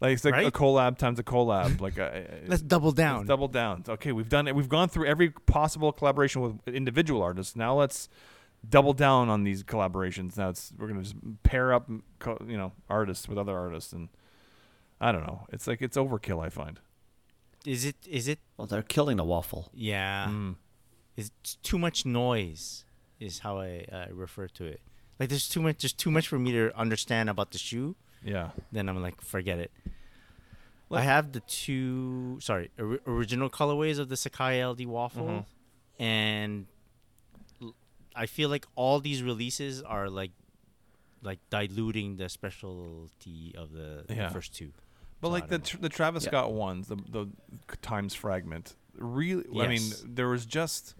B: like it's like a
C: Right?
B: collab times a collab. like I,
C: let's double down.
B: Let's double down. Okay, we've done it. We've gone through every possible collaboration with individual artists. Now let's double down on these collaborations. Now it's we're gonna just pair up, m- co- you know, artists with other artists, and I don't know. It's like it's overkill. I find.
C: Is it is it
D: Well, they're killing the waffle.
C: Yeah. It's t- too much noise is how I uh, refer to it. Like there's too much there's too much for me to understand about the shoe,
B: Yeah.
C: then I'm like forget it. I have the two sorry, or- original colorways of the Sakai LD waffle and l- I feel like all these releases are like like diluting the specialty of the, the
B: Yeah.
C: first two.
B: But
C: So I
B: like the
C: don't
B: tr- the Travis
D: Yeah.
B: Scott ones, the the Times Fragment, really. I mean,
C: Yes.
B: there was just.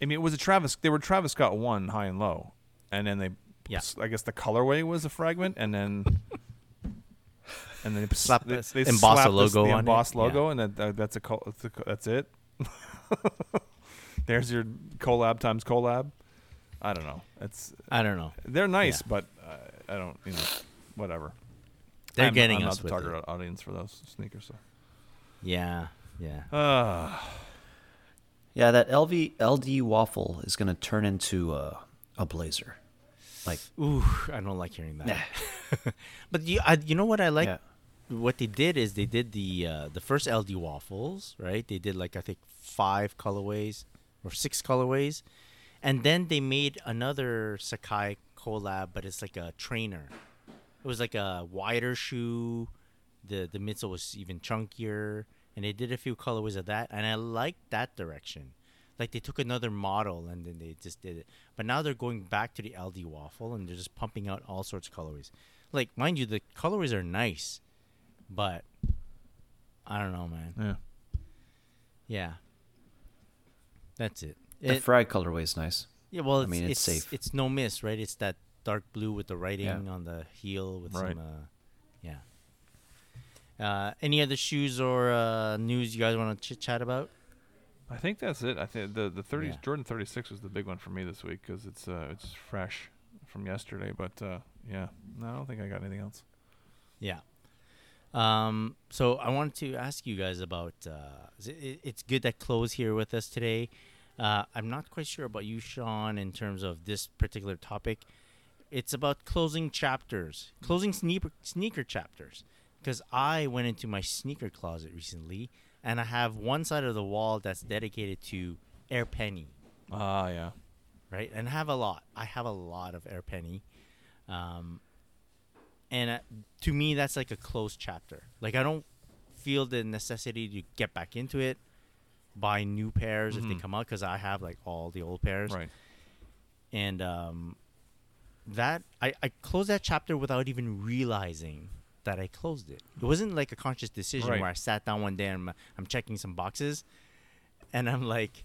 B: I mean, it was a Travis. They were Travis Scott one high and low, and then they.
C: Yeah.
B: I guess the colorway was a fragment, and then. And then they
C: Slap
B: they,
C: this
B: they
C: embossed
B: slapped
C: a
B: this-
C: logo
B: the
C: on it,
B: embossed
C: yeah.
B: logo, and that, that that's a col- that's, a, co- that's it. There's your collab times collab. I don't know. It's
C: know. I don't know.
B: they're nice,
C: Yeah.
B: but uh, I don't. You know, whatever.
C: They're
B: I'm,
C: getting
B: I'm
C: us
B: not the
C: with
B: target
C: it.
B: au- audience for those sneakers. So.
C: Yeah. Yeah.
D: Yeah, that LV LD waffle is gonna turn into a, a blazer. Like
C: Ooh, I don't like hearing that. but you, I, you know what I like?
D: Yeah.
C: What they did is they did the uh, the first LD waffles, right? They did like I think five colorways or six colorways, and then they made another Sakai collab, but it's like a trainer. It was like a wider shoe. the The midsole was even chunkier, and they did a few colorways of that, and I like that direction. Like they took another model and then they just did it. But now they're going back to the LD waffle and they're just pumping out all sorts of colorways. Like mind you, the colorways are nice, but I don't know, man.
B: Yeah.
C: Yeah, that's it.
D: the
C: It-
D: fried colorway is nice.
C: yeah, well,
D: I
C: it's,
D: mean,
C: it's
D: it's safe.
C: It's no miss, right? It's that dark blue with the writing
D: Yeah.
C: on the heel with
B: Right.
C: some, uh, yeah. Uh, any other shoes or uh, news you guys want to chit chat about?
B: I think that's it. I think the the 30s
C: Yeah.
B: Jordan 36 was the big one for me this week because it's uh it's fresh from yesterday. But uh, yeah, no, I don't think I got anything else.
C: Yeah. Um, so I wanted to ask you guys about. Uh, is it- it, it's good that Chloe's here with us today. Uh, I'm not quite sure about you, Sean, in terms of this particular topic. It's about closing chapters, closing sneaker sneaker chapters. Because I went into my sneaker closet recently, and I have one side of the wall that's dedicated to Air Penny
B: Ah, yeah.
C: right? And have a lot. I have a lot of Air Penny, um, and uh, to me, that's like a closed chapter. Like I don't feel the necessity to get back into it, buy new pairs if
B: Mhm.
C: they come out because I have like all the old pairs,
B: Right.
C: and um, that I I closed that chapter without even realizing that I closed it. It wasn't like a conscious decision
B: Right.
C: where I sat down one day and I'm, I'm checking some boxes, and I'm like,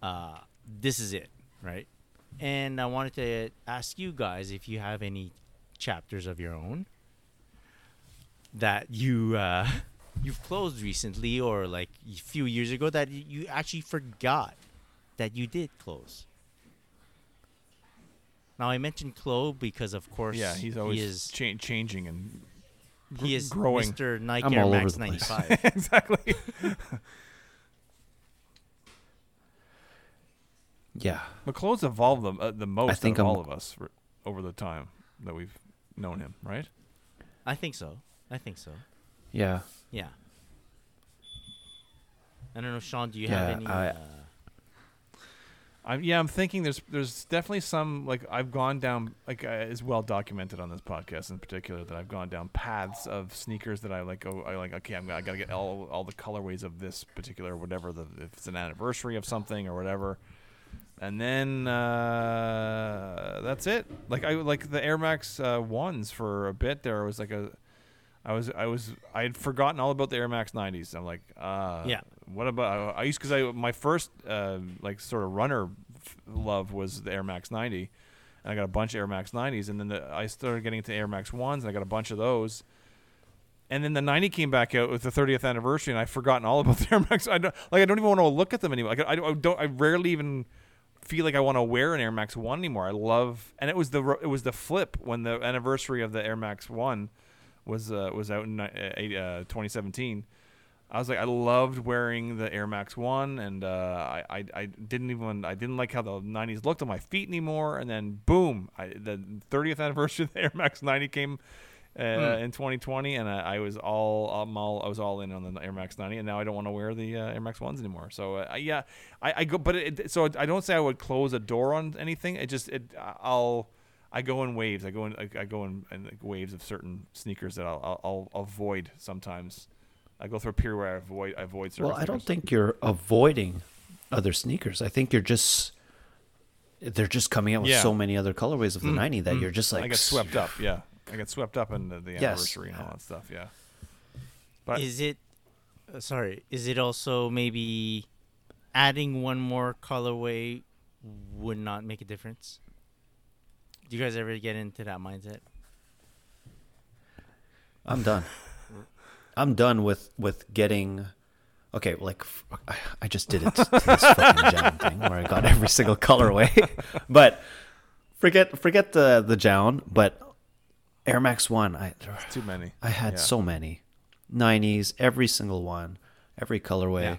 C: uh, this is it, right? And I wanted to ask you guys if you have any chapters of your own that you uh, you've closed recently or like a few years ago that y- you actually forgot that you did close. Now I mentioned Chloe because, of course,
B: Yeah, he's
C: he
B: always
C: is
B: cha- changing and gr-
C: he is
B: growing.
C: Mr. Nike
D: I'm
C: Air
D: all over
C: Max
D: the place.
C: 95.
B: exactly.
D: Yeah.
B: McClo's evolved the, uh, the most
D: think
B: of all
D: I'm-
B: of us r- over the time that we've known him, right?
C: I think so. I think so.
D: Yeah.
C: Yeah. I don't know, Sean. Do you
D: Yeah,
C: have any?
D: I-
C: uh,
B: I'm, yeah, I'm thinking there's there's definitely some like I've gone down like uh, is well documented on this podcast in particular that I've gone down paths of sneakers that I like oh I like okay I'm, I gotta get all all the colorways of this particular whatever the if it's an anniversary of something or whatever, and then uh, that's it. Like I like the Air Max uh, ones for a bit there was like a. I was I was I had forgotten all about the Air Max 90s. I'm like, uh,
C: Yeah.
B: What about I used because I my first uh, like sort of runner f- love was the Air Max 90, and I got a bunch of Air Max 90s, and then the, I started getting into Air Max ones, and I got a bunch of those. And then the 90 came back out with the 30th anniversary, and I've forgotten all about the Air Max. I don't like I don't even want to look at them anymore. Like, I, I don't I rarely even feel like I want to wear an Air Max One anymore. I love, and it was the ro- it was the flip when the anniversary of the Air Max One was uh, was out in ni- uh, eight- uh, 2017. I was like, I loved wearing the Air Max One, and uh, I, I I didn't even I didn't like how the 90s looked on my feet anymore. And then boom, I, the 30th anniversary of the Air Max 90 came. Uh, In 2020, and I, I was all, I'm all I was all in on the Air Max 90, and now I don't want to wear the uh, Air Max ones anymore. So uh, I- yeah, I, I go, but it, so I don't say I would close a door on anything. It just it I'll I go in waves. I go in I, I go in, in like waves of certain sneakers that I'll, I'll I'll avoid sometimes. I go through a period where I avoid I avoid certain.
D: Well, I don't
B: sneakers.
D: think you're avoiding other sneakers. I think you're just they're just coming out with
B: Yeah. Mm.
D: so many other colorways of the 90 that you're just like
B: I get swept up. Yeah, I get swept up in the, the
D: Yes.
B: anniversary and all that stuff. Yeah, but
C: is it? uh, sorry. Is it also maybe adding one more colorway would not make a difference? Do you guys ever get into that mindset?
D: I'm done. I'm done with with getting. Okay, like f- I- I just did it to this fucking Jown thing where I got every single colorway, but forget forget the the Jown. But Air Max One, I
B: too many.
D: I had
B: Yeah.
D: so many '90s, every single one, every colorway,
C: Yeah.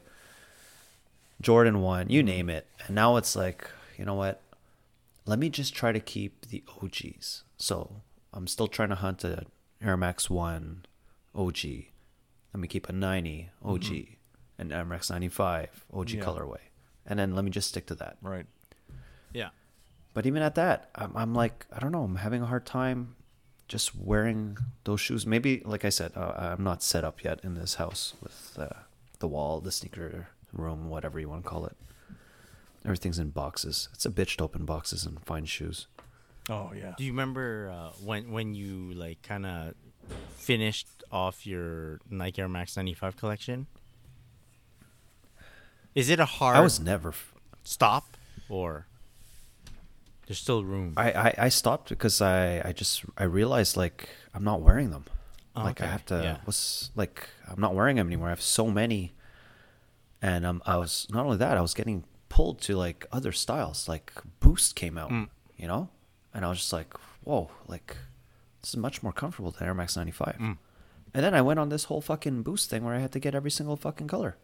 D: Jordan One, you name it. And now it's like, you know what? Let me just try to keep the OGs. So I'm still trying to hunt a Air Max One OG. Let me keep a 90 OG, an Air Max 95 OG
B: Mm-hmm. Yeah.
D: colorway, and then let me just stick to that.
B: right.
C: Yeah.
D: But even at that, I'm, I'm like, I don't know. I'm having a hard time just wearing those shoes. Maybe, like I said, uh, I'm not set up yet in this house with uh, the wall, the sneaker room, whatever you want to call it. Everything's in boxes. It's a bitch to open boxes and find shoes.
B: Oh yeah.
C: Do you remember uh, when when you like kind of finished off your Nike Air Max 95 collection? Is it a hard
D: I was never. f-
C: stop or there's still room?
D: I, I, I stopped because I, I just I realized like I'm not wearing them. like
C: Oh,
D: I
C: okay.
D: have to
C: Yeah.
D: what's like I'm not wearing them anymore. I have so many, and um, I was not only that I was getting pulled to like other styles. Like Boost came out,
C: Mm.
D: you know, and I was just like, whoa, like this is much more comfortable than Air Max 95.
C: Mm.
D: And then I went on this whole fucking Boost thing where I had to get every single fucking color,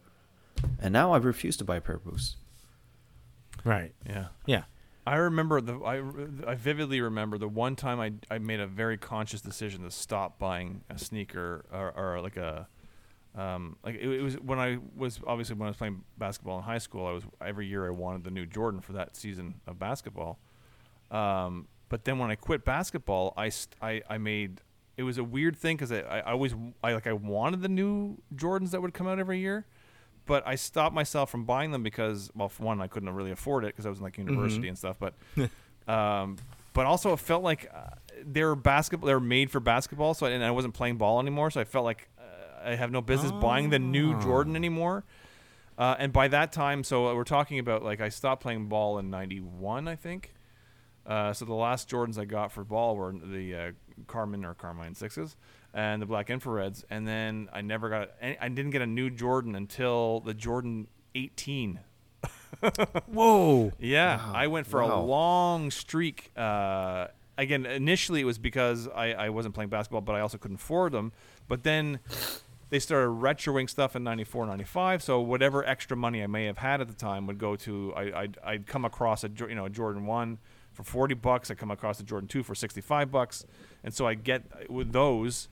D: and now I refuse to buy a pair of Boosts.
C: Right.
B: Yeah.
C: Yeah.
B: I remember the I, I vividly remember the one time I, I made a very conscious decision to stop buying a sneaker or, or like a um, like it, it was when I was obviously when I was playing basketball in high school I was every year I wanted the new Jordan for that season of basketball um, but then when I quit basketball, I, st- I, I made it was a weird thing because I, I, I always I like I wanted the new Jordans that would come out every year, but I stopped myself from buying them because well, for one, I couldn't really afford it because I was in like university and stuff. But um, but also it felt like uh, they were basketball they were made for basketball, so I, and I wasn't playing ball anymore, so I felt like uh, I have no business buying the new Jordan anymore. Uh, and by that time, so uh, we're talking about like I stopped playing ball in '91, I think. Uh, so the last Jordans I got for ball were the uh, Carmen or Carmine sixes and the black infrareds, and then I never got. any- I didn't get a new Jordan until the Jordan 18.
C: Whoa.
B: Yeah, I went for a
D: Wow.
B: long streak. Uh, again, initially it was because I, I wasn't playing basketball, but I also couldn't afford them. But then they started retroing stuff in 94, 95. So whatever extra money I may have had at the time would go to I, I'd, I'd come across a Jor- you know a Jordan one for 40 bucks. I come across a Jordan two for 65 bucks, and so I get with those.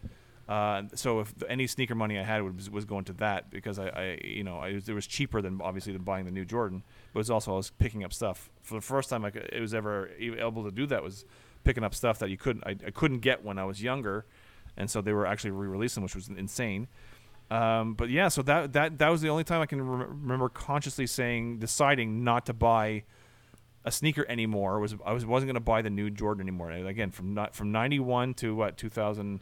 B: Uh, so if any sneaker money I had was, was going to that because I, I you know, I, was- it was cheaper than obviously than buying the new Jordan, but it was also I was picking up stuff for the first time I could, it was ever e- able to do that was picking up stuff that you couldn't I, I couldn't get when I was younger, and so they were actually re-releasing, which was insane. Um, but yeah, so that that that was the only time I can rem- remember consciously saying deciding not to buy a sneaker anymore. Was I was wasn't going to buy the new Jordan anymore. And again, from ni- from ninety one to what two thousand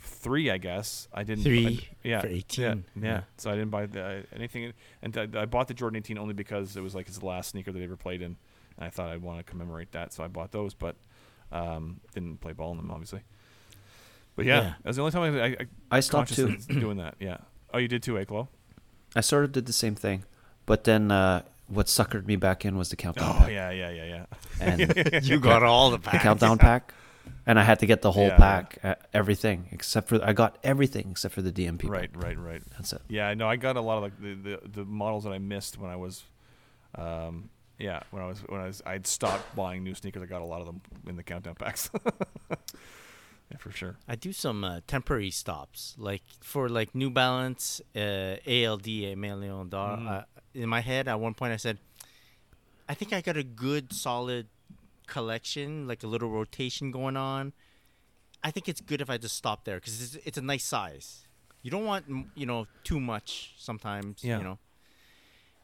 B: three, I guess I didn't. I-
C: Three
B: yeah,
C: for
B: yeah,
C: 18,
B: Yeah,
C: yeah.
B: So I didn't buy the, anything, and I, I bought the Jordan eighteen only because it was like his last sneaker that he ever played in, and I thought I'd want to commemorate that, so I bought those, but um, didn't play ball in them obviously. But yeah,
C: Yeah.
B: that was the only time I, I, I
D: I stopped too.
B: consciously doing that. Yeah. Oh, you did too, Aklo.
D: I sort of did the same thing, but then uh, what suckered me back in was the countdown.
B: Oh
D: pack.
B: yeah, yeah, yeah, yeah.
D: And
C: You got all the
D: the
C: packs.
D: countdown pack, and I had to get the whole
B: Yeah.
D: pack, uh, everything except for I got everything except for the DMP. pack.
B: Right, right, right.
D: That's it.
B: Yeah, I know. I got a lot of like the, the, the models that I missed when I was, um, yeah, when I was when I was I'd stopped buying new sneakers. I got a lot of them in the countdown packs. yeah, for sure.
C: I do some uh, temporary stops, like for like New Balance, uh, ALD, Emilion Dar. Uh, in my head, at one point, I said, I think I got a good, solid collection, like a little rotation going on. I think it's good if I just stop there because it's, it's a nice size. You don't want m- you know too much sometimes.
B: Yeah.
C: You know.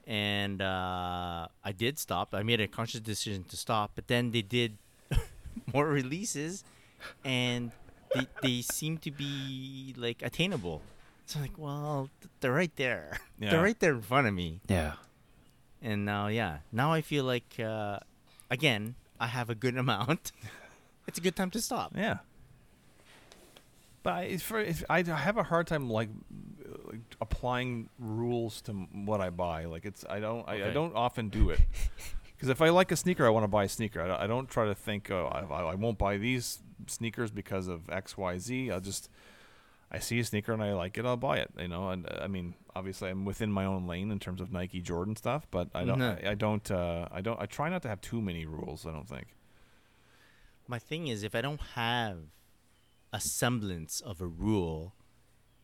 C: And uh, I did stop. I made a conscious decision to stop, but then they did more releases, and they, they seem to be like attainable. So like, well, th- they're right there.
B: Yeah.
C: They're right there in front of me.
D: Yeah.
C: And now, yeah, now I feel like, uh, again, I have a good amount. it's a good time to stop.
B: Yeah. But I, it's for, if I d- have a hard time like, like applying rules to m- what I buy. Like it's I don't I, I
C: Okay.
B: don't often do it because if I like a sneaker, I want to buy a sneaker. I, don't- I don't try to think oh I, I I won't buy these sneakers because of X Y Z. I'll just I see a sneaker and I like it, I'll buy it. You know, and uh, I mean, obviously, I'm within my own lane in terms of Nike, Jordan stuff, but I don't,
C: Mhm.
B: I, I don't, uh, I don't, I try not to have too many rules. I don't think.
C: My thing is, if I don't have a semblance of a rule,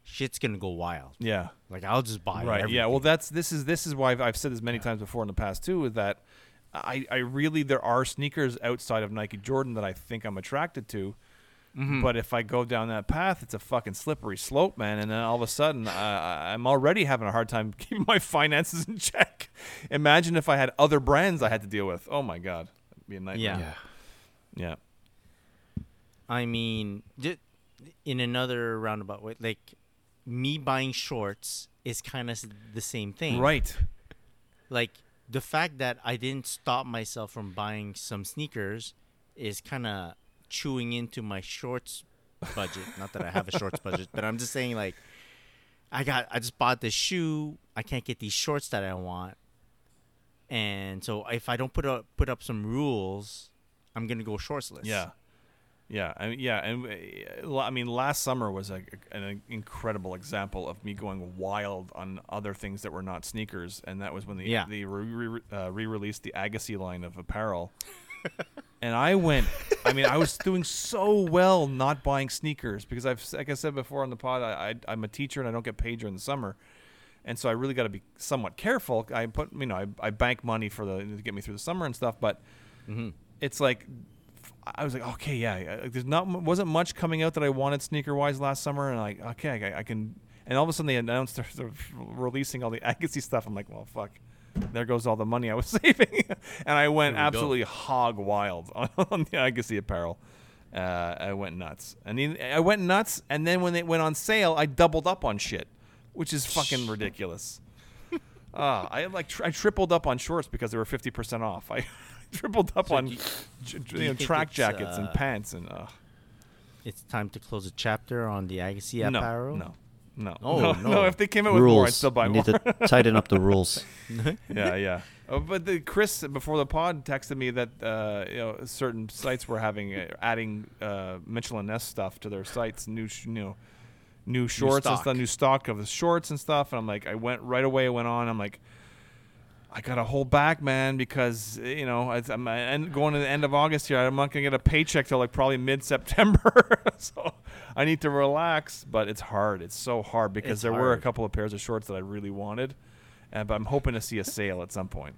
C: shit's gonna go wild.
B: Yeah,
C: Like I'll just buy
B: right yeah
C: everything.
B: well that's this is this is why I've, I've said this many times before in the past too is that I, I really there are sneakers outside of nike jordan that i think i'm attracted to but if i go down that path it's a fucking slippery slope man and then all of a sudden I, I- i'm already having a hard time keeping my finances in check imagine if i had other brands i had to deal with oh my god That'd be a nightmare
C: Yeah.
D: Yeah.
B: yeah
C: I mean, ju- in another roundabout way, like me buying shorts is kind of the same thing.
B: right
C: Like the fact that I didn't stop myself from buying some sneakers is kind of chewing into my shorts budget. Not that I have a shorts budget, but I'm just saying like I got I just bought this shoe. I can't get these shorts that I want. And so if I don't put up put up some rules, I'm gonna go shortsless.
B: Yeah, yeah, I mean, yeah, and uh, la- I mean, last summer was a, an incredible example of me going wild on other things that were not sneakers, and that was when the
C: Yeah.
B: they re- re- uh, re-released the Agassi line of apparel. and I went. I mean, I was doing so well not buying sneakers because I've, like I said before on the pod, I, I I'm a teacher and I don't get paid during the summer, and so I really got to be somewhat careful. I put, you know, I, I bank money for the to get me through the summer and stuff, but it's like I was like, okay, yeah, yeah, like, there's not mu- wasn't much coming out that I wanted sneaker wise last summer, and like, okay, I, I can. And all of a sudden they announced they're, they're releasing all the Agassi stuff. I'm like, well, fuck. There goes all the money I was saving, and I went
C: There we go.
B: absolutely hog wild on, on the Agassi apparel. Uh, I went nuts, and then I went nuts. And then when it went on sale, I doubled up on shit, which is fucking ridiculous. Ah, I like tr- I tripled up on shorts because they were fifty percent off. I tripled up
C: So
B: on
C: do you-
B: j- j-
C: do
B: you
C: you
B: know,
C: think
B: track
C: it's,
B: jackets and
C: uh,
B: pants and uh,
C: It's time to close a chapter on the Agassi
B: no,
C: apparel.
B: no, no,
C: Oh,
B: no,
C: no.
B: If they came out with more, I'd
D: rules.
B: still buy
D: you
B: more.
D: need to tighten up the rules.
B: yeah, yeah. Oh, but the, Chris before the pod texted me that uh, you know certain sites were having uh, adding uh, Mitchell and Ness stuff to their sites, new sh- you know, new shorts and stuff,
C: stock.
B: new stock of the shorts and stuff. And I'm like, I went right away. I went on. I'm like. I gotta hold back, man, because uh, you know it's, I'm uh, end, going to the end of August here. I'm not gonna get a paycheck till like probably mid-September, so I need to relax. But it's hard. It's so hard because
C: It's
B: there were a
C: hard.
B: couple of pairs of shorts that I really wanted, uh, but I'm hoping to see a sale at some point.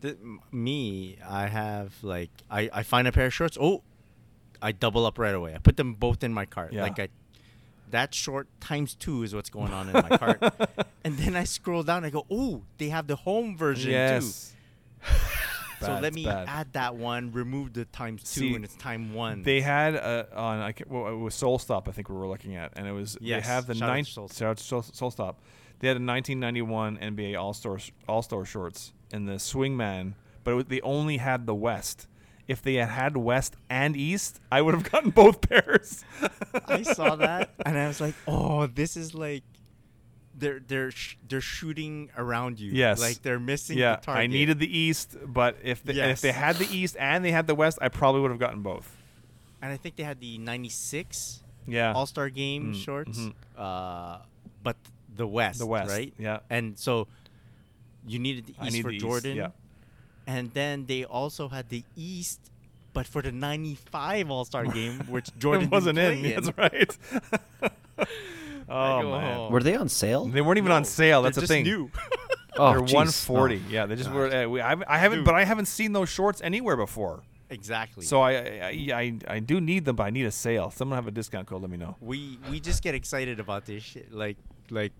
C: Th- m- me, I have like I, I find a pair of shorts. Oh, I double up right away. I put them both in my cart.
B: Yeah.
C: Like I, that short times two is what's going on in my cart. And then I scroll down. I go, oh, they have the home version too. so
B: Bad,
C: let
B: it's
C: me
B: bad.
C: add that one. Remove the times two,
B: See,
C: and it's time one.
B: They had uh, on I can, well, it was Soul Stop, I think we were looking at, and it was
C: Yes,
B: they have the
C: shout out
B: nine
C: to Soul Stop.
B: shout out to Soul, Soul Stop. They had a 1991 NBA All Star All Star shorts and the Swingman, but it was, they only had the West. If they had had West and East, I would have gotten both pairs.
C: I saw that, and I was like, oh, this is like. They're they're sh- they're shooting around you.
B: Yes.
C: like they're missing.
B: yeah,
C: the target.
B: I needed the East, but if they, and if they
C: Yes.
B: had the East and they had the West, I probably would have gotten both.
C: and I think they had the '96
B: Yeah,
C: All Star Game
B: Mm,
C: shorts,
B: mhm.
C: uh, but the West,
B: The West,
C: right?
B: yeah.
C: and so you needed the
B: I
C: East
B: need
C: for
B: the East,
C: Jordan,
B: yeah.
C: and then they also had the East, but for the '95 All Star Game, which Jordan
B: it
C: didn't
B: wasn't in.
C: play
B: That's right. oh
C: go,
B: man,
C: "Oh."
D: Were they on sale?
B: they weren't even on
C: No,
B: sale.
C: they're
B: That's the
C: just
B: thing.
C: New.
D: oh,
B: They're
D: jeez.
B: 140.
D: Oh.
B: yeah, they just were. Uh, we, I, haven't- I haven't, but I haven't seen those shorts anywhere before.
C: exactly.
B: So I, I, I, I do need them, but I need a sale. Someone have a discount code. Let me know.
C: we we just get excited about this shit, like like.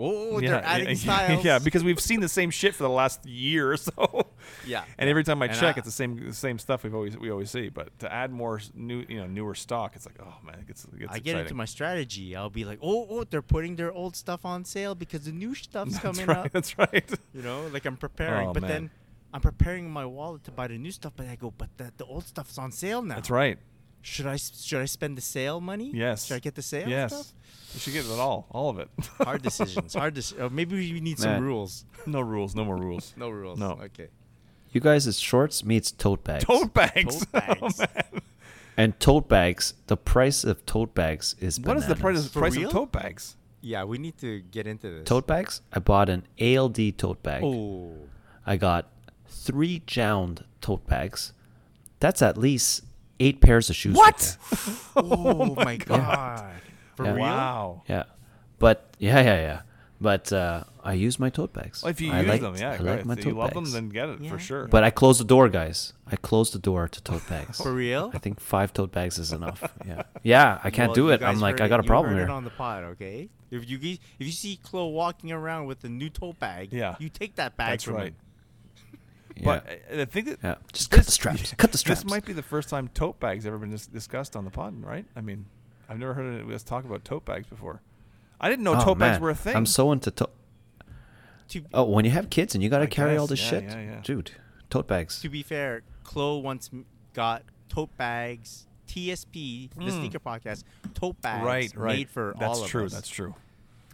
C: Oh,
B: yeah,
C: they're adding
B: yeah,
C: styles.
B: yeah, because we've seen the same shit for the last year or so.
C: Yeah.
B: and every time I
C: And
B: check,
C: I-
B: it's the same the same stuff we've always we always see. But to add more s- new, you know, newer stock, it's like, oh man, it gets, it gets
C: I get into
B: exciting.
C: my strategy. I'll be like, oh, oh, they're putting their old stuff on sale because the new stuff's
B: That's
C: coming
B: right.
C: up.
B: That's right.
C: You know, like I'm preparing,
B: Oh,
C: but
B: man.
C: then I'm preparing my wallet to buy the new stuff. But I go, but the, the old stuff's on sale now.
B: That's right.
C: Should I s- should I spend the sale money?
B: Yes.
C: Should I get the sale
B: Yes.
C: stuff?
B: You should get it all, all of it.
C: Hard decisions. Hard. Dec- uh, maybe we need
D: Man.
C: some rules.
B: no rules. No more rules.
C: No rules.
B: No.
C: Okay.
D: You guys, it's shorts meets tote bags.
B: Tote bags.
C: Tote bags.
B: Oh, man.
D: and tote bags, the price of tote bags is
B: What is the price,
D: bananas.
B: of-
C: For
B: price of
C: real?
B: tote bags?
C: Yeah, we need to get into this.
D: Tote bags? I bought an ALD tote bag.
C: Oh.
D: I got three jound tote bags. That's at least eight pairs of shoes. right there.
C: Oh my God. For
D: Yeah.
C: real?
B: Wow.
D: Yeah. But yeah, yeah, yeah. But uh, I use my tote bags.
B: Well, if you
D: I
B: use
D: liked-
B: them, yeah,
D: I
B: go
D: like
B: ahead.
D: my
B: If
D: tote
B: you love them,
D: bags.
B: then get it
C: Yeah.
B: for sure.
D: But I closed the door, guys. I closed the door to tote bags.
C: For real?
D: I think five tote bags is enough. Yeah. Yeah, I can't
C: Well,
D: do
C: you
D: it. I'm
C: guys
D: like,
C: heard
D: I
C: it-
D: got a
C: you
D: problem
C: heard
D: here.
C: It on the pod, okay? If you ge- if you see Chloe walking around with a new tote bag,
B: Yeah.
C: you take that bag.
B: that's
C: from
B: right.
C: him.
D: Yeah.
B: But uh, I I think that
D: yeah. Just cut the straps. Cut the straps.
B: this might be the first time tote bags ever been dis- discussed on the pod, right? I mean, I've never heard us talk about tote bags before. I didn't know
D: Oh,
B: tote bags
D: man.
B: were a thing.
D: I'm so into tote.
C: To
D: Oh, when you have kids and you got
B: I
D: to carry all
B: guess,
D: this
B: yeah,
D: shit,
B: yeah, yeah.
D: dude, tote bags.
C: to be fair, Chloe once m- got tote bags TSP, the sneaker podcast, tote bags
B: Mm. right, right.
C: made for
B: that's
C: all of
B: true.
C: us.
B: That's true.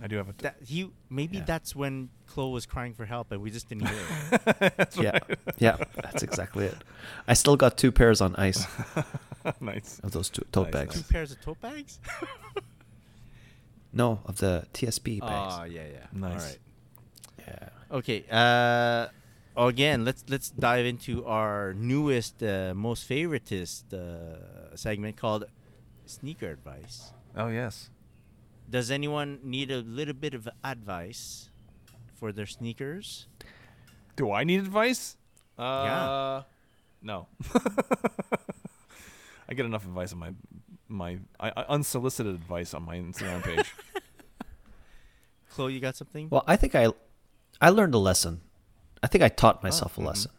B: I do have a. T-
C: That he maybe
B: Yeah.
C: that's when Chloe was crying for help, and we just didn't hear. it.
D: yeah, yeah, that's exactly it. I still got two pairs on ice
B: nice.
D: of those two tote
B: Nice,
D: bags.
C: Two
B: nice.
C: pairs of tote bags.
D: No, of the TSP bags.
B: Ah,
C: yeah, yeah.
B: Nice.
C: All right.
D: yeah.
C: Okay. Uh, again, let's let's dive into our newest, uh, most favoritist uh, segment called sneaker advice.
B: Oh yes.
C: Does anyone need a little bit of advice for their sneakers?
B: Do I need advice? Uh, No. I get enough advice on my my I, I- unsolicited advice on my Instagram page.
C: Chloe, you got something?
D: Well, I think I, I learned a lesson. I think I taught myself a lesson.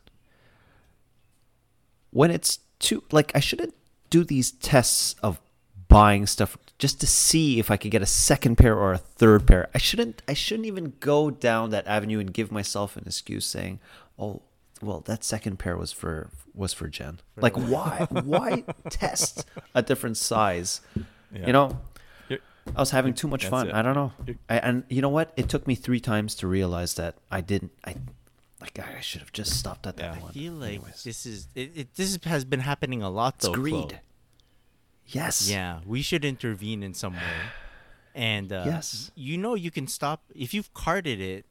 D: When it's too like, I shouldn't do these tests of buying stuff just to see if I could get a second pair or a third pair. I shouldn't. I shouldn't even go down that avenue and give myself an excuse saying, "Oh, well, that second pair was for was for Jen." Like, why? why test a different size?
B: Yeah.
D: You know,
B: You're-
D: I was having too much
B: That's
D: fun.
B: it.
D: I don't know.
B: You-
D: I, and you know what? It took me three times to realize that I didn't. I like I should have just stopped at that
B: Yeah.
C: I
D: one.
C: feel like
D: Anyways.
C: this is it, it, this has been happening a lot
D: it's
C: though.
D: greed.
C: Chloe.
D: Yes.
C: Yeah, we should intervene in some way. And uh,
D: Yes.
C: y- you know you can stop if you've carded it.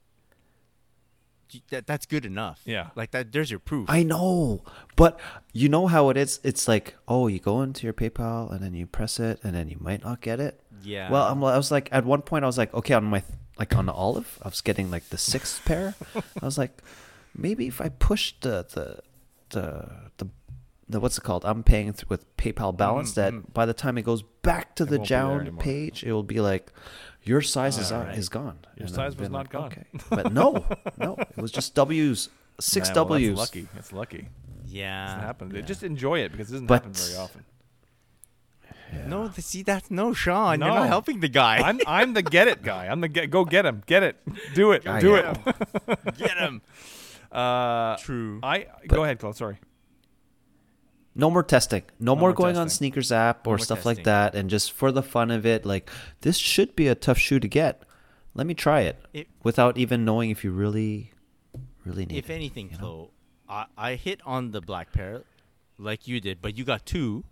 C: y- That that's good enough.
B: Yeah.
C: like that. There's your proof.
D: I know, but you know how it is. It's like, oh, you go into your PayPal and then you press it, and then you might not get it.
C: Yeah.
D: Well, I'm, I was like, at one point, I was like, okay, on my like on the olive, I was getting like the sixth pair. I was like, maybe if I push the the the the, the what's it called? I'm paying th- with PayPal balance. That by the time it goes back to
B: Mm,
D: the
B: won't be there
D: down
B: anymore.
D: page, it will be like. Your size is, out is gone.
B: Your
D: I've
B: size was
D: been
B: not gone.
D: But no, no, it was just W's, six
B: Nah, well,
D: W's. Uh,
B: that's lucky. That's lucky. Doesn't
C: yeah.
B: happen. They Just enjoy it because it doesn't
D: But-
B: happen very often.
C: No, th- see that's no, Sean. You're
B: No.
C: not helping the guy.
B: I'm I'm the get it guy. I'm the get go get him. Get it. Do it.
D: I
B: Do
D: am.
B: it.
C: Get him.
B: Uh,
C: True.
B: I
D: But-
B: go ahead, Chloe. Sorry.
D: No more testing. No, more,
B: more
D: going on
B: testing.
D: sneakers app or
C: more
D: stuff like
C: testing.
D: that. And just for the fun of it, like this should be a tough shoe to get. Let me try it,
C: It-
D: without even knowing if you really, really need
C: if
D: it.
C: anything, Chloe, I, I hit on the black pair, like you did, but you got two,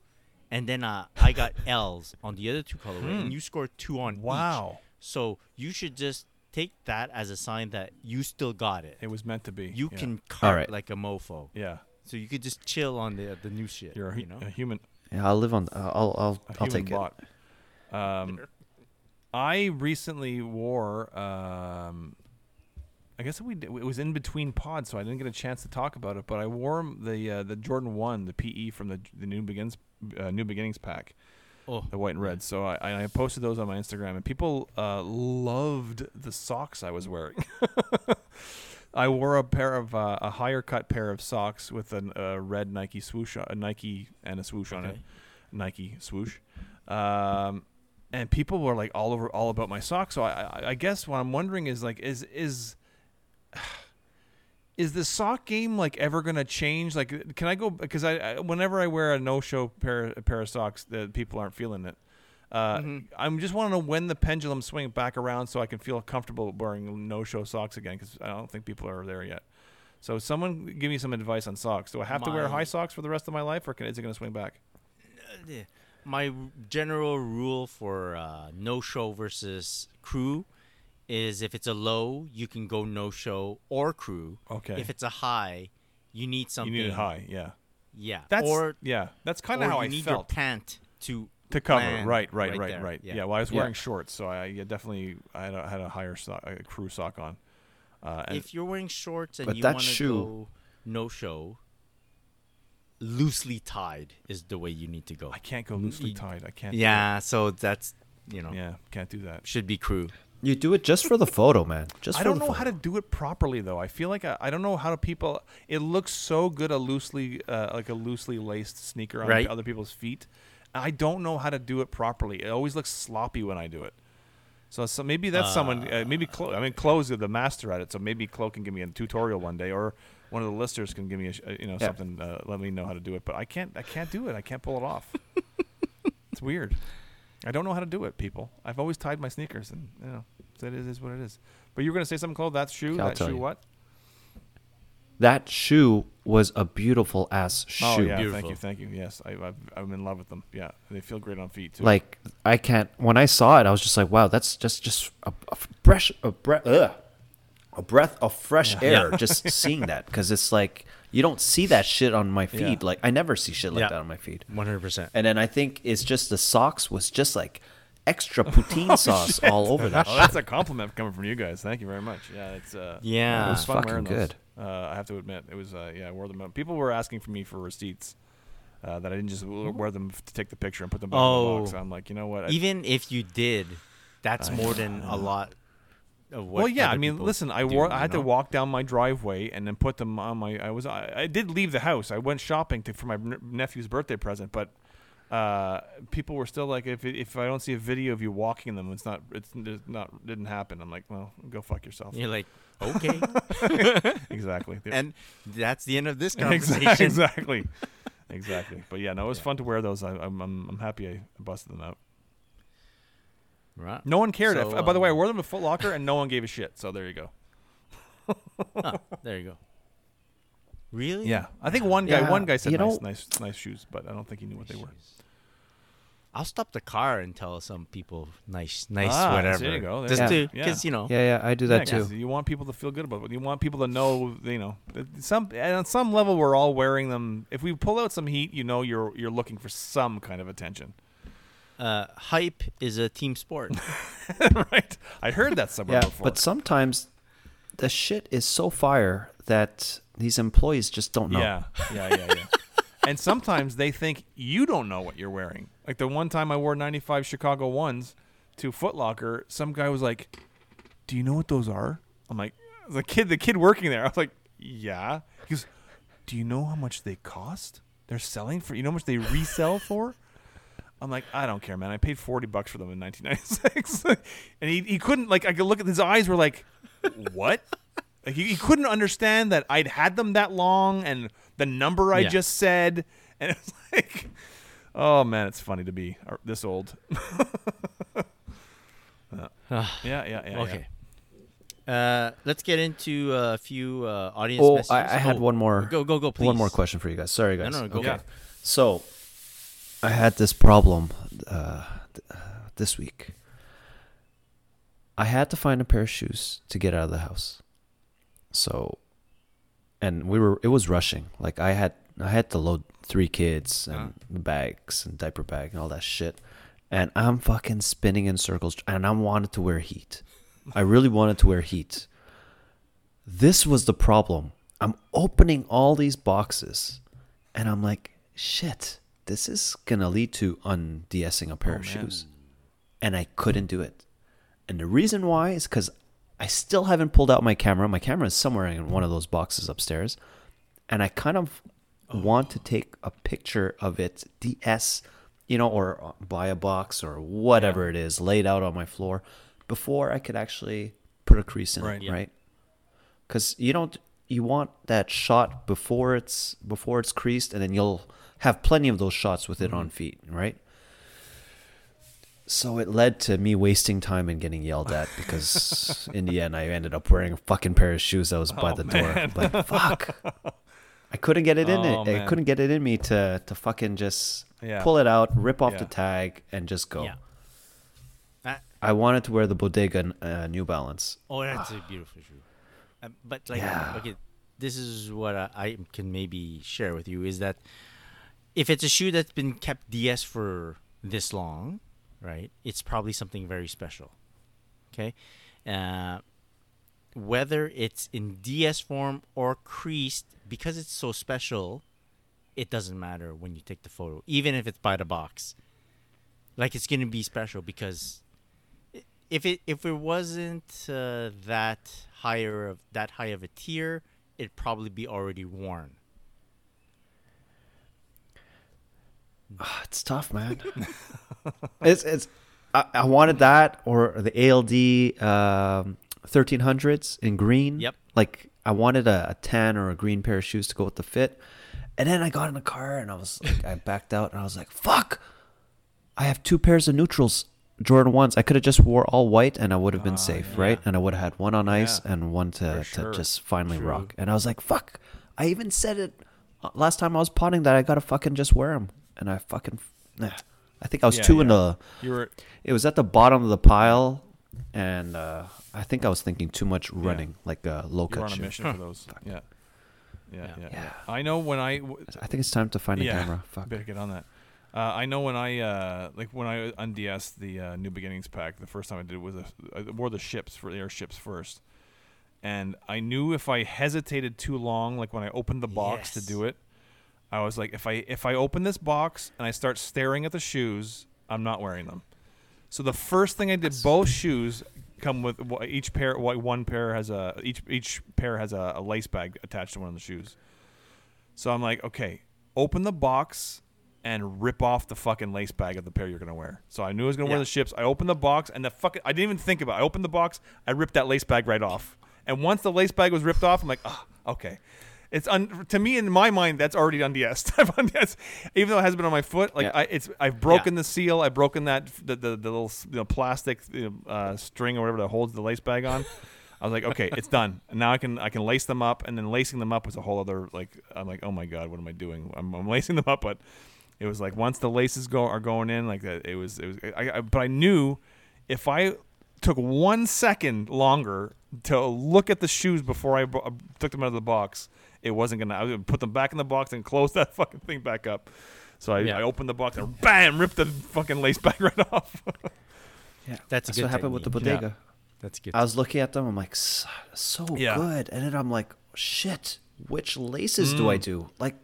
C: and then uh, I got L's on the other two colorways, and you scored two on each.
B: Hmm. Wow.
C: So you should just take that as a sign that you still got it.
B: It was meant to be.
C: You
B: Yeah.
C: can cart
D: right.
C: like a mofo.
B: Yeah.
C: So you could just chill on the the new shit.
B: You're a, hu-
C: you know.
B: a human.
D: Yeah, I'll live on. I'll I'll
B: a
D: I'll
B: human
D: take
B: bot. Um, I recently wore. Um, I guess we d- it was in between pods, so I didn't get a chance to talk about it. But I wore m- the uh, the Jordan One, the PE from the the New Begins uh, New Beginnings pack,
C: oh,
B: the white and red. So I- I, I posted those on my Instagram, and people uh, loved the socks I was wearing. I wore a pair of uh, a higher cut pair of socks with an- a red Nike swoosh, on- a Nike and a swoosh on it,
C: Okay.
B: Nike swoosh, um, and people were like all over all about my socks. So I, I, I guess what I'm wondering is like is is is the sock game like ever gonna change? Like, can I go because I, I whenever I wear a no show pair a pair of socks, the people aren't feeling it. Uh, I'm just want to know when the pendulum swing back around so I can feel comfortable wearing no show socks again because I don't think people are there yet. So someone give me some advice on socks. Do I have to wear
C: My-
B: high socks for the rest of my life, or can, is it going to swing back?
C: Yeah. my r- general rule for uh, no show versus crew is if it's a low, you can go no show or crew.
B: Okay.
C: If it's a high, you need something.
B: You need it high, yeah.
C: Yeah.
B: That's
C: or
B: yeah. That's
C: or
B: kind of how
C: you
B: I
C: need your
B: felt
C: pant to
B: to cover.
C: land
B: Right, right, right,
C: there.
B: right. Yeah. Well, I was
D: Yeah.
B: wearing shorts, so I yeah, definitely I had a, had a higher sock, a crew sock on. Uh, and
C: if you're wearing shorts and
D: But
C: you
D: that
C: want to
D: shoe-
C: go no show, loosely tied is the way you need to go.
B: I can't go loosely
C: you-
B: tied. I can't. do
C: Yeah. So that's you know
B: that. Yeah. Can't do that.
C: should be crew.
D: it. You do it just for the photo, man. Just
B: I
D: for
B: don't
D: the
B: know how to
D: photo.
B: do it properly though. I feel like uh, I, I don't know how to people. It looks so good a loosely uh, like a loosely laced sneaker on
C: Right.
B: other people's feet. I don't know how to do it properly. It always looks sloppy when I do it. So, so maybe that's someone. Uh, maybe Chloe, I mean Chloe's the master at it. So maybe Chloe can give me a tutorial one day, or one of the listeners can give me a, sh- uh, you know
D: Yeah.
B: something. Uh, let me know how to do it. But I can't. I can't do it. I can't pull it off. It's weird. I don't know how to do it, people. I've always tied my sneakers, and you know, so it is, is what it is. But you were gonna say something, Chloe? That shoe,
D: I'll
B: that
D: tell
B: shoe,
D: you.
B: what?
D: That shoe was a beautiful ass shoe.
B: Oh yeah, thank
C: Beautiful.
B: you, thank you. Yes, I, I've, I'm in love with them. Yeah, they feel great on feet too.
D: Like I can't. When I saw it, I was just like, "Wow, that's just just a, a fresh a breath ugh, a breath of fresh air." Just seeing that because it's like you don't see that shit on my feed. Like I never see shit like
C: Yeah.
D: that on my feed.
C: One hundred percent.
D: And then I think it's just the socks was just like extra poutine sauce all over that.
B: Oh,
D: shit.
B: that's a compliment coming from you guys. Thank you very much. Yeah, it's uh,
C: Yeah.
B: it was fun
D: Fucking
B: wearing those.
D: good.
B: Uh, I have to admit, it was uh, yeah, I wore them. out. People were asking for me for receipts uh, that I didn't just w- wear them f- to take the picture and put them back in the box.
C: Oh.
B: I'm like, you know what? I-
C: Even if you did, that's more than a lot of what.
B: well, yeah. I
C: other
B: mean,
C: people
B: listen, I
C: do,
B: wore.
C: you
B: I had to
C: know?
B: walk down my driveway and then put them on my. I was. I, I did leave the house. I went shopping to, for my n- nephew's birthday present, but. Uh, people were still like, if if I don't see a video of you walking them, it's not, it's, it's not, didn't happen. I'm like, well, go fuck yourself.
C: You're like, okay,
B: Exactly. They're-
C: and that's the end of this
B: Exactly.
C: conversation.
B: Exactly. exactly. But yeah, no, it was fun to wear those. I, I'm, I'm, I'm happy I busted them out.
C: Right.
B: No one cared.
C: So,
B: I- by the way, I
C: um,
B: wore them to Foot Locker and no one gave a shit. So there you go.
C: there you go. Really?
B: Yeah, I think one guy,
D: Yeah,
B: one guy said
D: you
B: nice,
D: know-
B: nice, nice shoes, but I don't think he knew what they were.
C: Jeez. I'll stop the car and tell some people nice, nice,
B: Ah, so
C: whatever.
B: there you go. There
C: Just to,
D: you
B: go. Yeah.
C: because you know,
D: Yeah, yeah, I do that
B: Yeah, 'cause
D: too.
B: You want people to feel good about it. You want people to know, you know, that some and on some level we're all wearing them. If we pull out some heat, you know, you're you're looking for some kind of attention,
C: uh, hype is a team sport.
B: right? I heard that somewhere
D: Yeah,
B: before.
D: but sometimes the shit is so fire that these employees just don't know.
B: Yeah, yeah, yeah, yeah. and sometimes they think you don't know what you're wearing. Like the one time I wore 95 Chicago ones to Foot Locker, some guy was like, "Do you know what those are?" I'm like, "The kid, the kid working there." I was like, "Yeah." He goes, "Do you know how much they cost? They're selling for you know how much they resell for?" I'm like, I don't care, man. I paid 40 bucks for them in 1996. and he, he couldn't, like, I could look at his eyes were like, what? like, he, he couldn't understand that I'd had them that long and the number I
C: Yeah.
B: just said. And it was like, oh, man, it's funny to be ar- this old. yeah, yeah, yeah. yeah.
C: okay. Uh, let's get into a few uh, audience
D: Oh,
C: messages.
D: I, I had
C: Oh,
D: one more.
C: Go, go, go, please.
D: One more question for you guys. Sorry, guys.
C: no, go
D: okay.
C: for it.
D: So, I had this problem uh, th- uh, this week. I had to find a pair of shoes to get out of the house. So, and we were. It was rushing. Like I had, I had to load three kids and bags and diaper bag and all that shit. And I'm fucking spinning in circles. And I wanted to wear heat. I really wanted to wear heat. This was the problem. I'm opening all these boxes and I'm like, shit, this is going to lead to undeessing a pair of shoes. And I couldn't do it. And the reason why is because I still haven't pulled out my camera. My camera is somewhere in one of those boxes upstairs. And I kind of want to take a picture of it, DS, you know, or uh, buy a box or whatever it is laid out on my floor before I could actually put a crease in
B: Right.
D: it,
B: Yeah.
D: right? because you don't you want that shot before it's before it's creased and then you'll have plenty of those shots with it on
B: Mm-hmm.
D: feet right so it led to me wasting time and getting yelled at because in the end i ended up wearing a fucking pair of shoes that was
B: Oh,
D: by the door but fuck i couldn't get it in
B: Oh,
D: it i
B: man.
D: couldn't get it in me to to fucking just
B: Yeah.
D: pull it out rip off
B: Yeah.
D: the tag and just go
C: Yeah. That-
D: i wanted to wear the bodega uh, new balance
C: Oh, that's a beautiful shoe. Uh, but like,
D: Yeah.
C: okay, this is what I, I can maybe share with you is that if it's a shoe that's been kept DS for this long, right? It's probably something very special. Okay, uh, whether it's in DS form or creased, because it's so special, it doesn't matter when you take the photo, even if it's by the box. Like it's gonna be special because if it if it wasn't uh, that higher of that high of a tier, it'd probably be already worn.
D: Ah, it's tough, man. it's it's. I, I wanted that or the ALD um, 1300s in green.
C: Yep.
D: Like I wanted a, a tan or a green pair of shoes to go with the fit, and then I got in the car and I was like, I backed out and I was like, fuck. I have two pairs of neutrals, Jordan ones. I could have just wore all white and I would have been safe, right? And I would have had one on ice
B: Yeah.
D: and one to,
B: For sure.
D: to just finally rock. And I was like, fuck. I even said it uh, last time I was potting that I gotta fucking just wear them, and I fucking. Nah. I think I was
B: Yeah,
D: two in
B: yeah.
D: the.
B: You were
D: It was at the bottom of the pile, and uh, I think I was thinking too much running, like a low
B: you were
D: cut
B: on a
D: shit.
B: mission for those. Yeah. Yeah, yeah, yeah.
D: Yeah.
B: I know when I w-
D: I think it's time to find a
B: yeah,
D: camera. Fuck.
B: better get on that. Uh, I know when I uh, like when I unds the uh, New Beginnings pack. The first time I did was a, I wore the ships for the airships first, and I knew if I hesitated too long, like when I opened the box
C: Yes.
B: to do it, I was like, if I if I open this box and I start staring at the shoes, I'm not wearing them. So the first thing I did, both shoes come with wh- each pair. wh- One pair has a each each pair has a, a lace bag attached to one of the shoes. So I'm like, okay, open the box and rip off the fucking lace bag of the pair you're gonna wear. So I knew I was gonna wear
C: Yeah.
B: the ships. I opened the box and the fucking I didn't even think about. it. I opened the box. I ripped that lace bag right off. And once the lace bag was ripped off, I'm like, ah, okay. It's un- to me in my mind that's already unds. I've unds, even though it hasn't been on my foot. Like
D: Yeah.
B: I, it's I've broken the seal. I've broken that the the, the little you know, plastic you know, uh, string or whatever that holds the lace bag on. I was like, okay, it's done. And now I can I can lace them up, and then lacing them up was a whole other like I'm like, oh my god, what am I doing? I'm, I'm lacing them up, but it was like once the laces go are going in, like that it was it was. I, I, but I knew if I took one second longer to look at the shoes before I bo- took them out of the box, it wasn't gonna. I was gonna put them back in the box and close that fucking thing back up. So I,
C: Yeah.
B: I opened the box and bam, ripped the fucking lace back right off.
D: Yeah,
C: That's a
D: that's
C: good
D: what happened with the
C: technique. Yeah.
D: bodega.
C: That's good.
D: I was looking at them. I'm like, "S- so
B: Yeah.
D: good. And then I'm like, shit, which laces do I
B: Mm.
D: do? Like,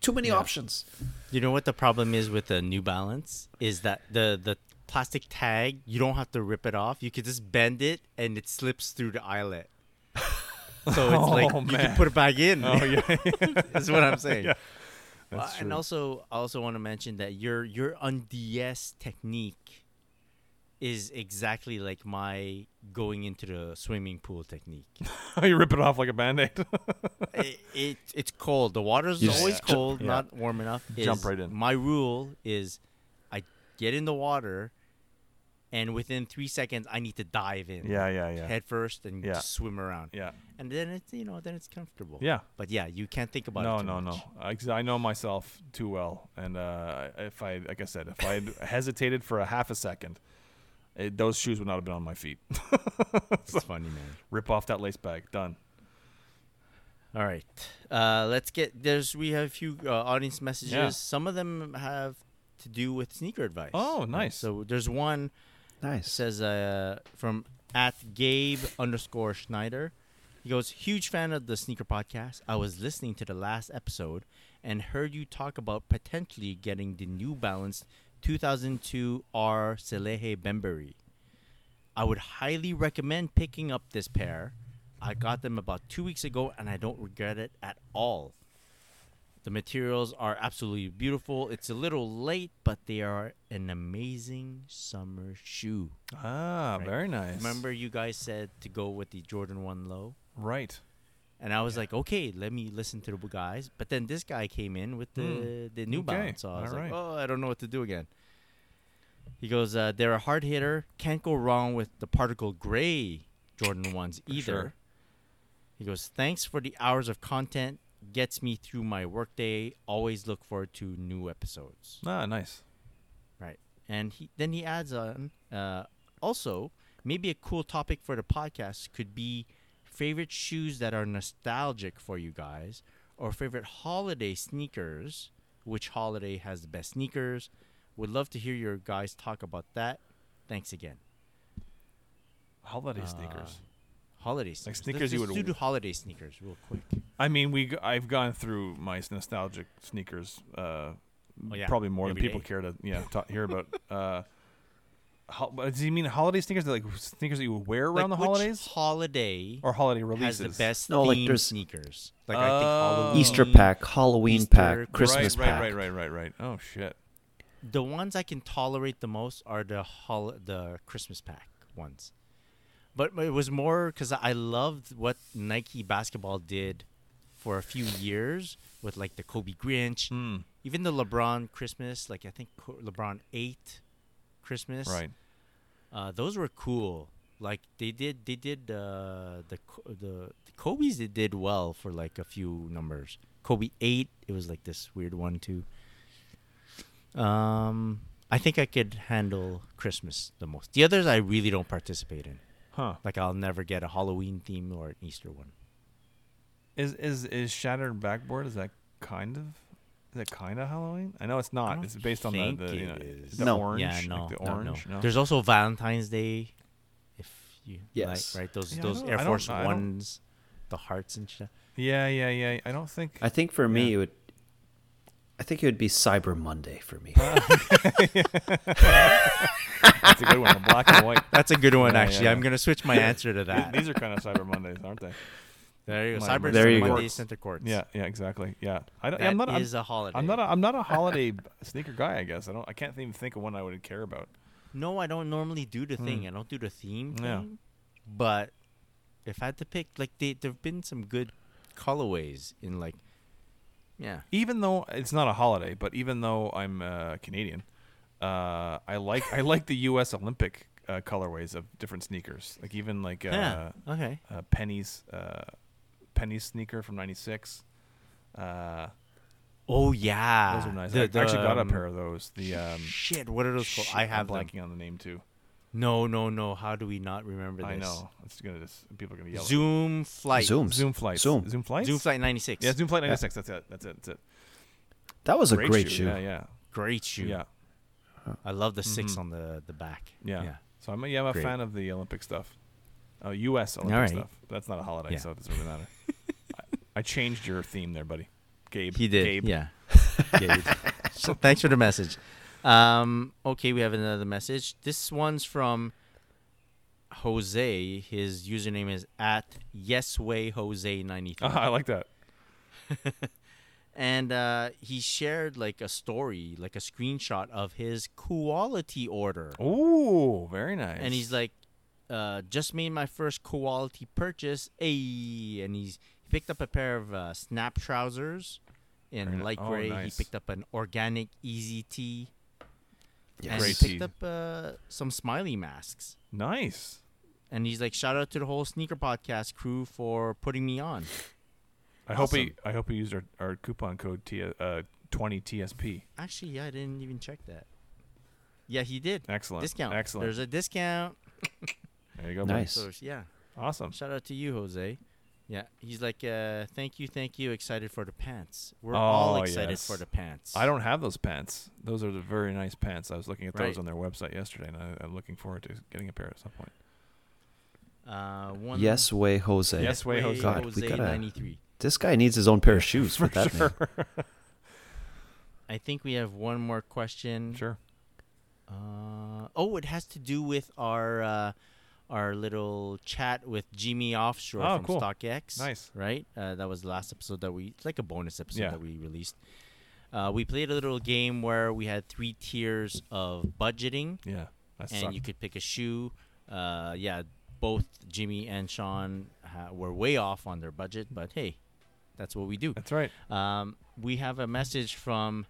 D: too many options.
C: You know what the problem is with the New Balance is that the the plastic tag you don't have to rip it off. You could just bend it and it slips through the eyelet. So it's like
B: Oh,
C: you
B: man.
C: can put it back in.
B: oh yeah,
C: That's what I'm saying.
B: That's
C: Uh,
B: true.
C: and also, I also want to mention that your your unds technique is exactly like my going into the swimming pool technique.
B: you rip it off like a band aid.
C: it, it it's cold. The water's
D: You just
C: always
D: ju-
C: cold,
B: yeah.
C: not warm enough.
B: Jump
C: Is-
B: right in.
C: My rule is, I get in the water, and within three seconds, I need to dive in.
B: Yeah, yeah, yeah.
C: Head first and
B: Yeah.
C: just swim around.
B: yeah.
C: And then it's you know then it's comfortable.
B: Yeah.
C: But yeah, you can't think about
B: No,
C: it. too
B: no,
C: much.
B: no. I, 'cause I know myself too well, and uh, if I, like I said, if I had hesitated for a half a second, it, those shoes would not have been on my feet.
C: It's funny, man.
B: Rip off that lace bag. Done.
C: All right, uh, let's get there's we have a few uh, audience messages.
B: Yeah.
C: Some of them have to do with sneaker advice.
B: Oh,
C: Right,
B: nice.
C: So there's one
D: Nice.
C: says uh, from at Gabe underscore Schneider. He goes, huge fan of the sneaker podcast. I was listening to the last episode and heard you talk about potentially getting the New Balance 2002 R Selehe Bembury. I would highly recommend picking up this pair. I got them about two weeks ago and I don't regret it at all. The materials are absolutely beautiful. It's a little late, but they are an amazing summer shoe.
B: Ah, very nice.
C: Remember, you guys said to go with the Jordan 1 low?
B: Right.
C: And I was like, okay, let me listen to the guys. But then this guy came in with the, the New
B: Hmm. Okay,
C: Balance. So I was like,
B: alright.
C: oh, I don't know what to do again. He goes, uh, they're a hard hitter. Can't go wrong with the particle gray Jordan 1s either.
B: sure.
C: He goes, thanks for the hours of content. Gets me through my workday. Always look forward to new episodes.
B: Ah, nice.
C: Right. And he then he adds on uh, also maybe a cool topic for the podcast could be favorite shoes that are nostalgic for you guys or favorite holiday sneakers. Which holiday has the best sneakers? Would love to hear your guys talk about that. Thanks again.
B: Holiday sneakers.
C: Holiday sneakers.
B: sneakers
C: Let's
B: you
C: just
B: would-
C: do the holiday sneakers real quick.
B: I mean, we g- I've gone through my s- nostalgic sneakers. Uh,
C: Oh, yeah,
B: probably more than
C: every
B: people
C: day.
B: care to yeah ta- hear about. Uh, ho- but does he mean holiday sneakers? Like sneakers that you wear around
C: Like,
B: the
C: which
B: holidays
C: holiday
B: or holiday
C: has
B: releases?
C: the best
D: No, like,
C: themed
D: there's-
C: sneakers? Like I think
B: Oh.
C: Halloween.
D: Easter pack, Halloween
C: Um, Easter,
D: pack,
C: right,
D: Christmas
B: right,
D: pack.
B: Right, right, right, right, right. Oh shit.
C: the ones I can tolerate the most are the hol- the Christmas pack ones. But it was more because I loved what Nike basketball did for a few years with like the Kobe Grinch even the LeBron Christmas, like I think Co- LeBron eight Christmas,
B: Right.
C: Uh, those were cool. Like they did, they did uh, the Co- the the Kobe's. They did well for like a few numbers. Kobe eight, it was like this weird one too. Um, I think I could handle Christmas the most. The others I really don't participate in.
B: Huh.
C: Like I'll never get a Halloween theme or an Easter one.
B: Is is is Shattered Backboard? Is that kind of is that kind of Halloween? I know it's
C: I
B: not.
C: don't
B: Uh, It's based on the
C: think
B: the, you know,
C: it is.
B: the
D: No.
B: orange.
C: yeah,
B: like
C: no,
B: the
C: no,
B: orange.
C: no.
B: No.
C: There's also Valentine's Day, if you
D: Yes.
C: like, right? Those
B: Yeah, I
C: those
B: don't-
C: Air
B: I don't-
C: Force
B: I don't-
C: Ones, the hearts and stuff.
B: yeah, yeah, yeah. I don't think.
D: I think for me
B: Yeah.
D: it would. I think it would be Cyber Monday for me.
B: That's a good one. The black and white.
C: That's a good one,
B: Yeah,
C: actually.
B: yeah.
C: I'm gonna switch my answer to that.
B: These are kind of Cyber Mondays, aren't they?
C: there you go.
B: my-
C: Cyber
D: There you go.
C: Monday
D: Courts.
C: Center Courts.
B: Yeah, yeah, exactly. Yeah, I don't,
C: that
B: I'm not. I'm,
C: is a holiday.
B: I'm not. A, I'm not a holiday b- sneaker guy. I guess I don't. I can't even think of one I would care about.
C: no, I don't normally do the thing.
B: Mm.
C: I don't do the theme
B: Yeah.
C: thing. But if I had to pick, like, they, there've been some good colorways in like, yeah,
B: Even though it's not a holiday, but even though I'm uh, Canadian, uh, I like I like the U.S. Olympic uh, colorways of different sneakers. Like even like uh,
C: yeah, okay.
B: uh, Penny's uh, Penny's sneaker from '96. Uh,
C: Oh yeah,
B: those are nice.
C: The-
B: I actually got a
C: um,
B: pair of those. The um,
C: Shit, what are those called?
B: shit,
C: I
B: I'm
C: have them.
B: blanking on the name too.
C: No, no, no. How do we not remember this?
B: I know it's gonna. This, people are gonna yell. at me.
C: Zoom flight.
D: Zooms.
B: Zoom flights.
D: Zoom.
B: Zoom flights.
C: Zoom flight 96.
B: Yeah, Zoom Flight 96. That's it. That's it. That's it.
D: That was a great, shoe.
B: Yeah, yeah,
C: Great shoe.
B: yeah, Mm-hmm.
C: I love the 6 on the the back.
B: yeah. So I'm a, yeah, I'm a
C: Great.
B: fan of the Olympic stuff. Oh, U.S. Olympic
C: Alright.
B: stuff. But that's not a holiday,
C: Yeah.
B: so it doesn't really matter. I, I changed your theme there, buddy. Gabe.
C: He did.
B: Gabe.
C: Yeah. Gabe. So thanks for the message. Um, okay, we have another message. This one's from Jose. His username is at yeswayjose93.
B: Ah, I like that.
C: and uh, he shared like a story, like a screenshot of his quality order.
B: Ooh, very Oh, nice.
C: and he's like, uh, just made my first quality purchase. Ayy. And he's he picked up a pair of uh, snap trousers
B: Very
C: in
B: ni-
C: light
B: oh,
C: gray.
B: nice.
C: He picked up an organic easy tee. And
D: Yes.
C: he
B: Great
C: picked up
B: tee.
C: uh, some smiley masks.
B: nice.
C: And he's like, shout out to the whole sneaker podcast crew for putting me on.
B: I hope he. I hope he used our, our coupon code T, uh, 20 TSP.
C: Actually, yeah, I didn't even check that. Yeah, he did.
B: Excellent.
C: Discount.
B: Excellent.
C: There's a discount.
B: there you go. buddy.
D: Nice.
C: So, yeah.
B: Awesome.
C: Shout out to you, Jose. Yeah, he's like, uh, thank you, thank you. Excited for the pants. We're all
B: Oh,
C: excited
B: yes.
C: for the pants.
B: I don't have those pants. Those are the very nice pants. I was looking at
C: Right.
B: those on their website yesterday, and I, I'm looking forward to getting a pair at some point.
C: Uh, one
D: Yes, way Jose.
B: Yes, way Jose.
D: God, we
C: Jose
D: gotta-
C: ninety three.
D: This guy needs his own pair of shoes for that name.
C: I think we have one more question.
B: Sure.
C: Uh, oh, it has to do with our uh, our little chat with Jimmy Offshore
B: Oh,
C: from
B: cool.
C: StockX.
B: Nice.
C: right? Uh, that was the last episode that we it's like a bonus episode
B: Yeah.
C: that we released. Uh, we played a little game where we had three tiers of budgeting.
B: Yeah. I
C: and
B: suck.
C: you could pick a shoe. Uh, yeah, both Jimmy and Sean ha- were way off on their budget, but hey, that's what we do.
B: That's right.
C: Um, we have a message from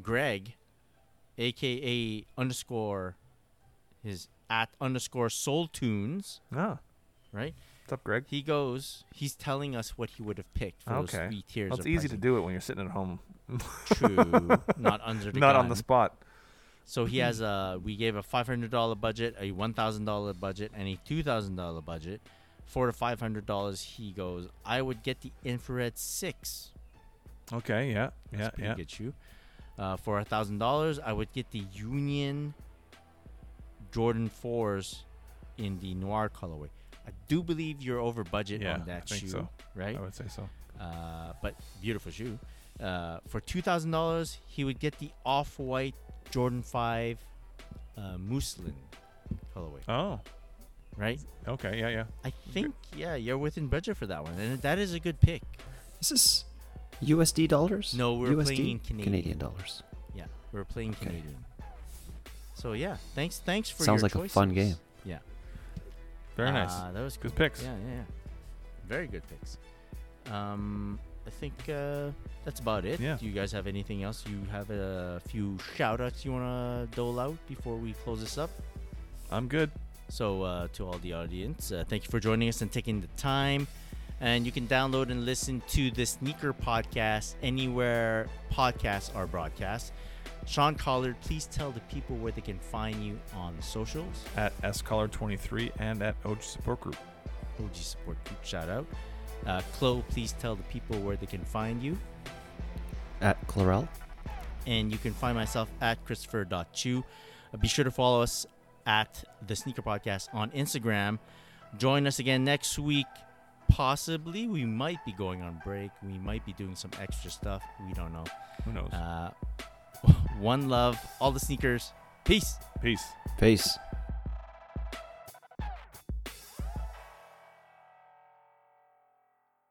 C: Greg, aka underscore his at underscore Soul Tunes,
B: Ah,
C: right?
B: what's up, Greg?
C: He goes, he's telling us what he would have picked for
B: Okay.
C: those three tiers.
B: Well, it's
C: of
B: easy to
C: pricing.
B: do it when you're sitting at home,
C: True, not under the
B: not on the
C: gun.
B: spot.
C: So he has a. We gave a five hundred dollar budget, a one thousand dollar budget, and a two thousand dollar budget. For the five hundred dollars, he goes. I would get the infrared six.
B: Okay. Yeah.
C: That's
B: Yeah.
C: pretty
B: Yeah.
C: good shoe. Uh, for a thousand dollars, I would get the Union Jordan fours in the noir colorway. I do believe you're over budget
B: Yeah,
C: on
B: I
C: that
B: think
C: shoe,
B: so.
C: right?
B: I would say so.
C: Uh, but beautiful shoe. Uh, for two thousand dollars, he would get the off-white Jordan Five uh, muslin colorway,
B: Oh.
C: right?
B: Okay. Yeah. Yeah.
C: I think yeah, you're within budget for that one, and that is a good pick.
D: Is this USD dollars?
C: No, we're
D: USD?
C: playing in Canadian.
D: dollars.
C: Yeah, we're playing Canadian. So yeah, thanks, thanks for
D: Sounds
C: your
D: like a fun
C: choices.
D: game.
C: Yeah,
B: Very nice.
C: Uh, that was
B: Good
C: cool.
B: picks.
C: Yeah, yeah, yeah. Very good picks. Um, I think uh, that's about it.
B: Yeah.
C: Do you guys have anything else? You have a few shout outs you want to dole out before we close this up?
B: I'm good.
C: So, uh, to all the audience, uh, thank you for joining us and taking the time. And you can download and listen to the Sneaker Podcast anywhere podcasts are broadcast. Sean Collard, please tell the people where they can find you on the socials.
B: At scollar23 and at OG Support Group.
C: OG Support Group shout out. Uh, Chloe, please tell the people where they can find you.
D: At Clarel.
C: and you can find myself at christopher.chu. Uh, Be sure to follow us at the Sneaker Podcast on Instagram. Join us again next week. Possibly, we might be going on break. We might be doing some extra stuff. We don't know.
B: Who knows?
C: Uh, one love, all the sneakers. Peace.
B: Peace.
D: Peace.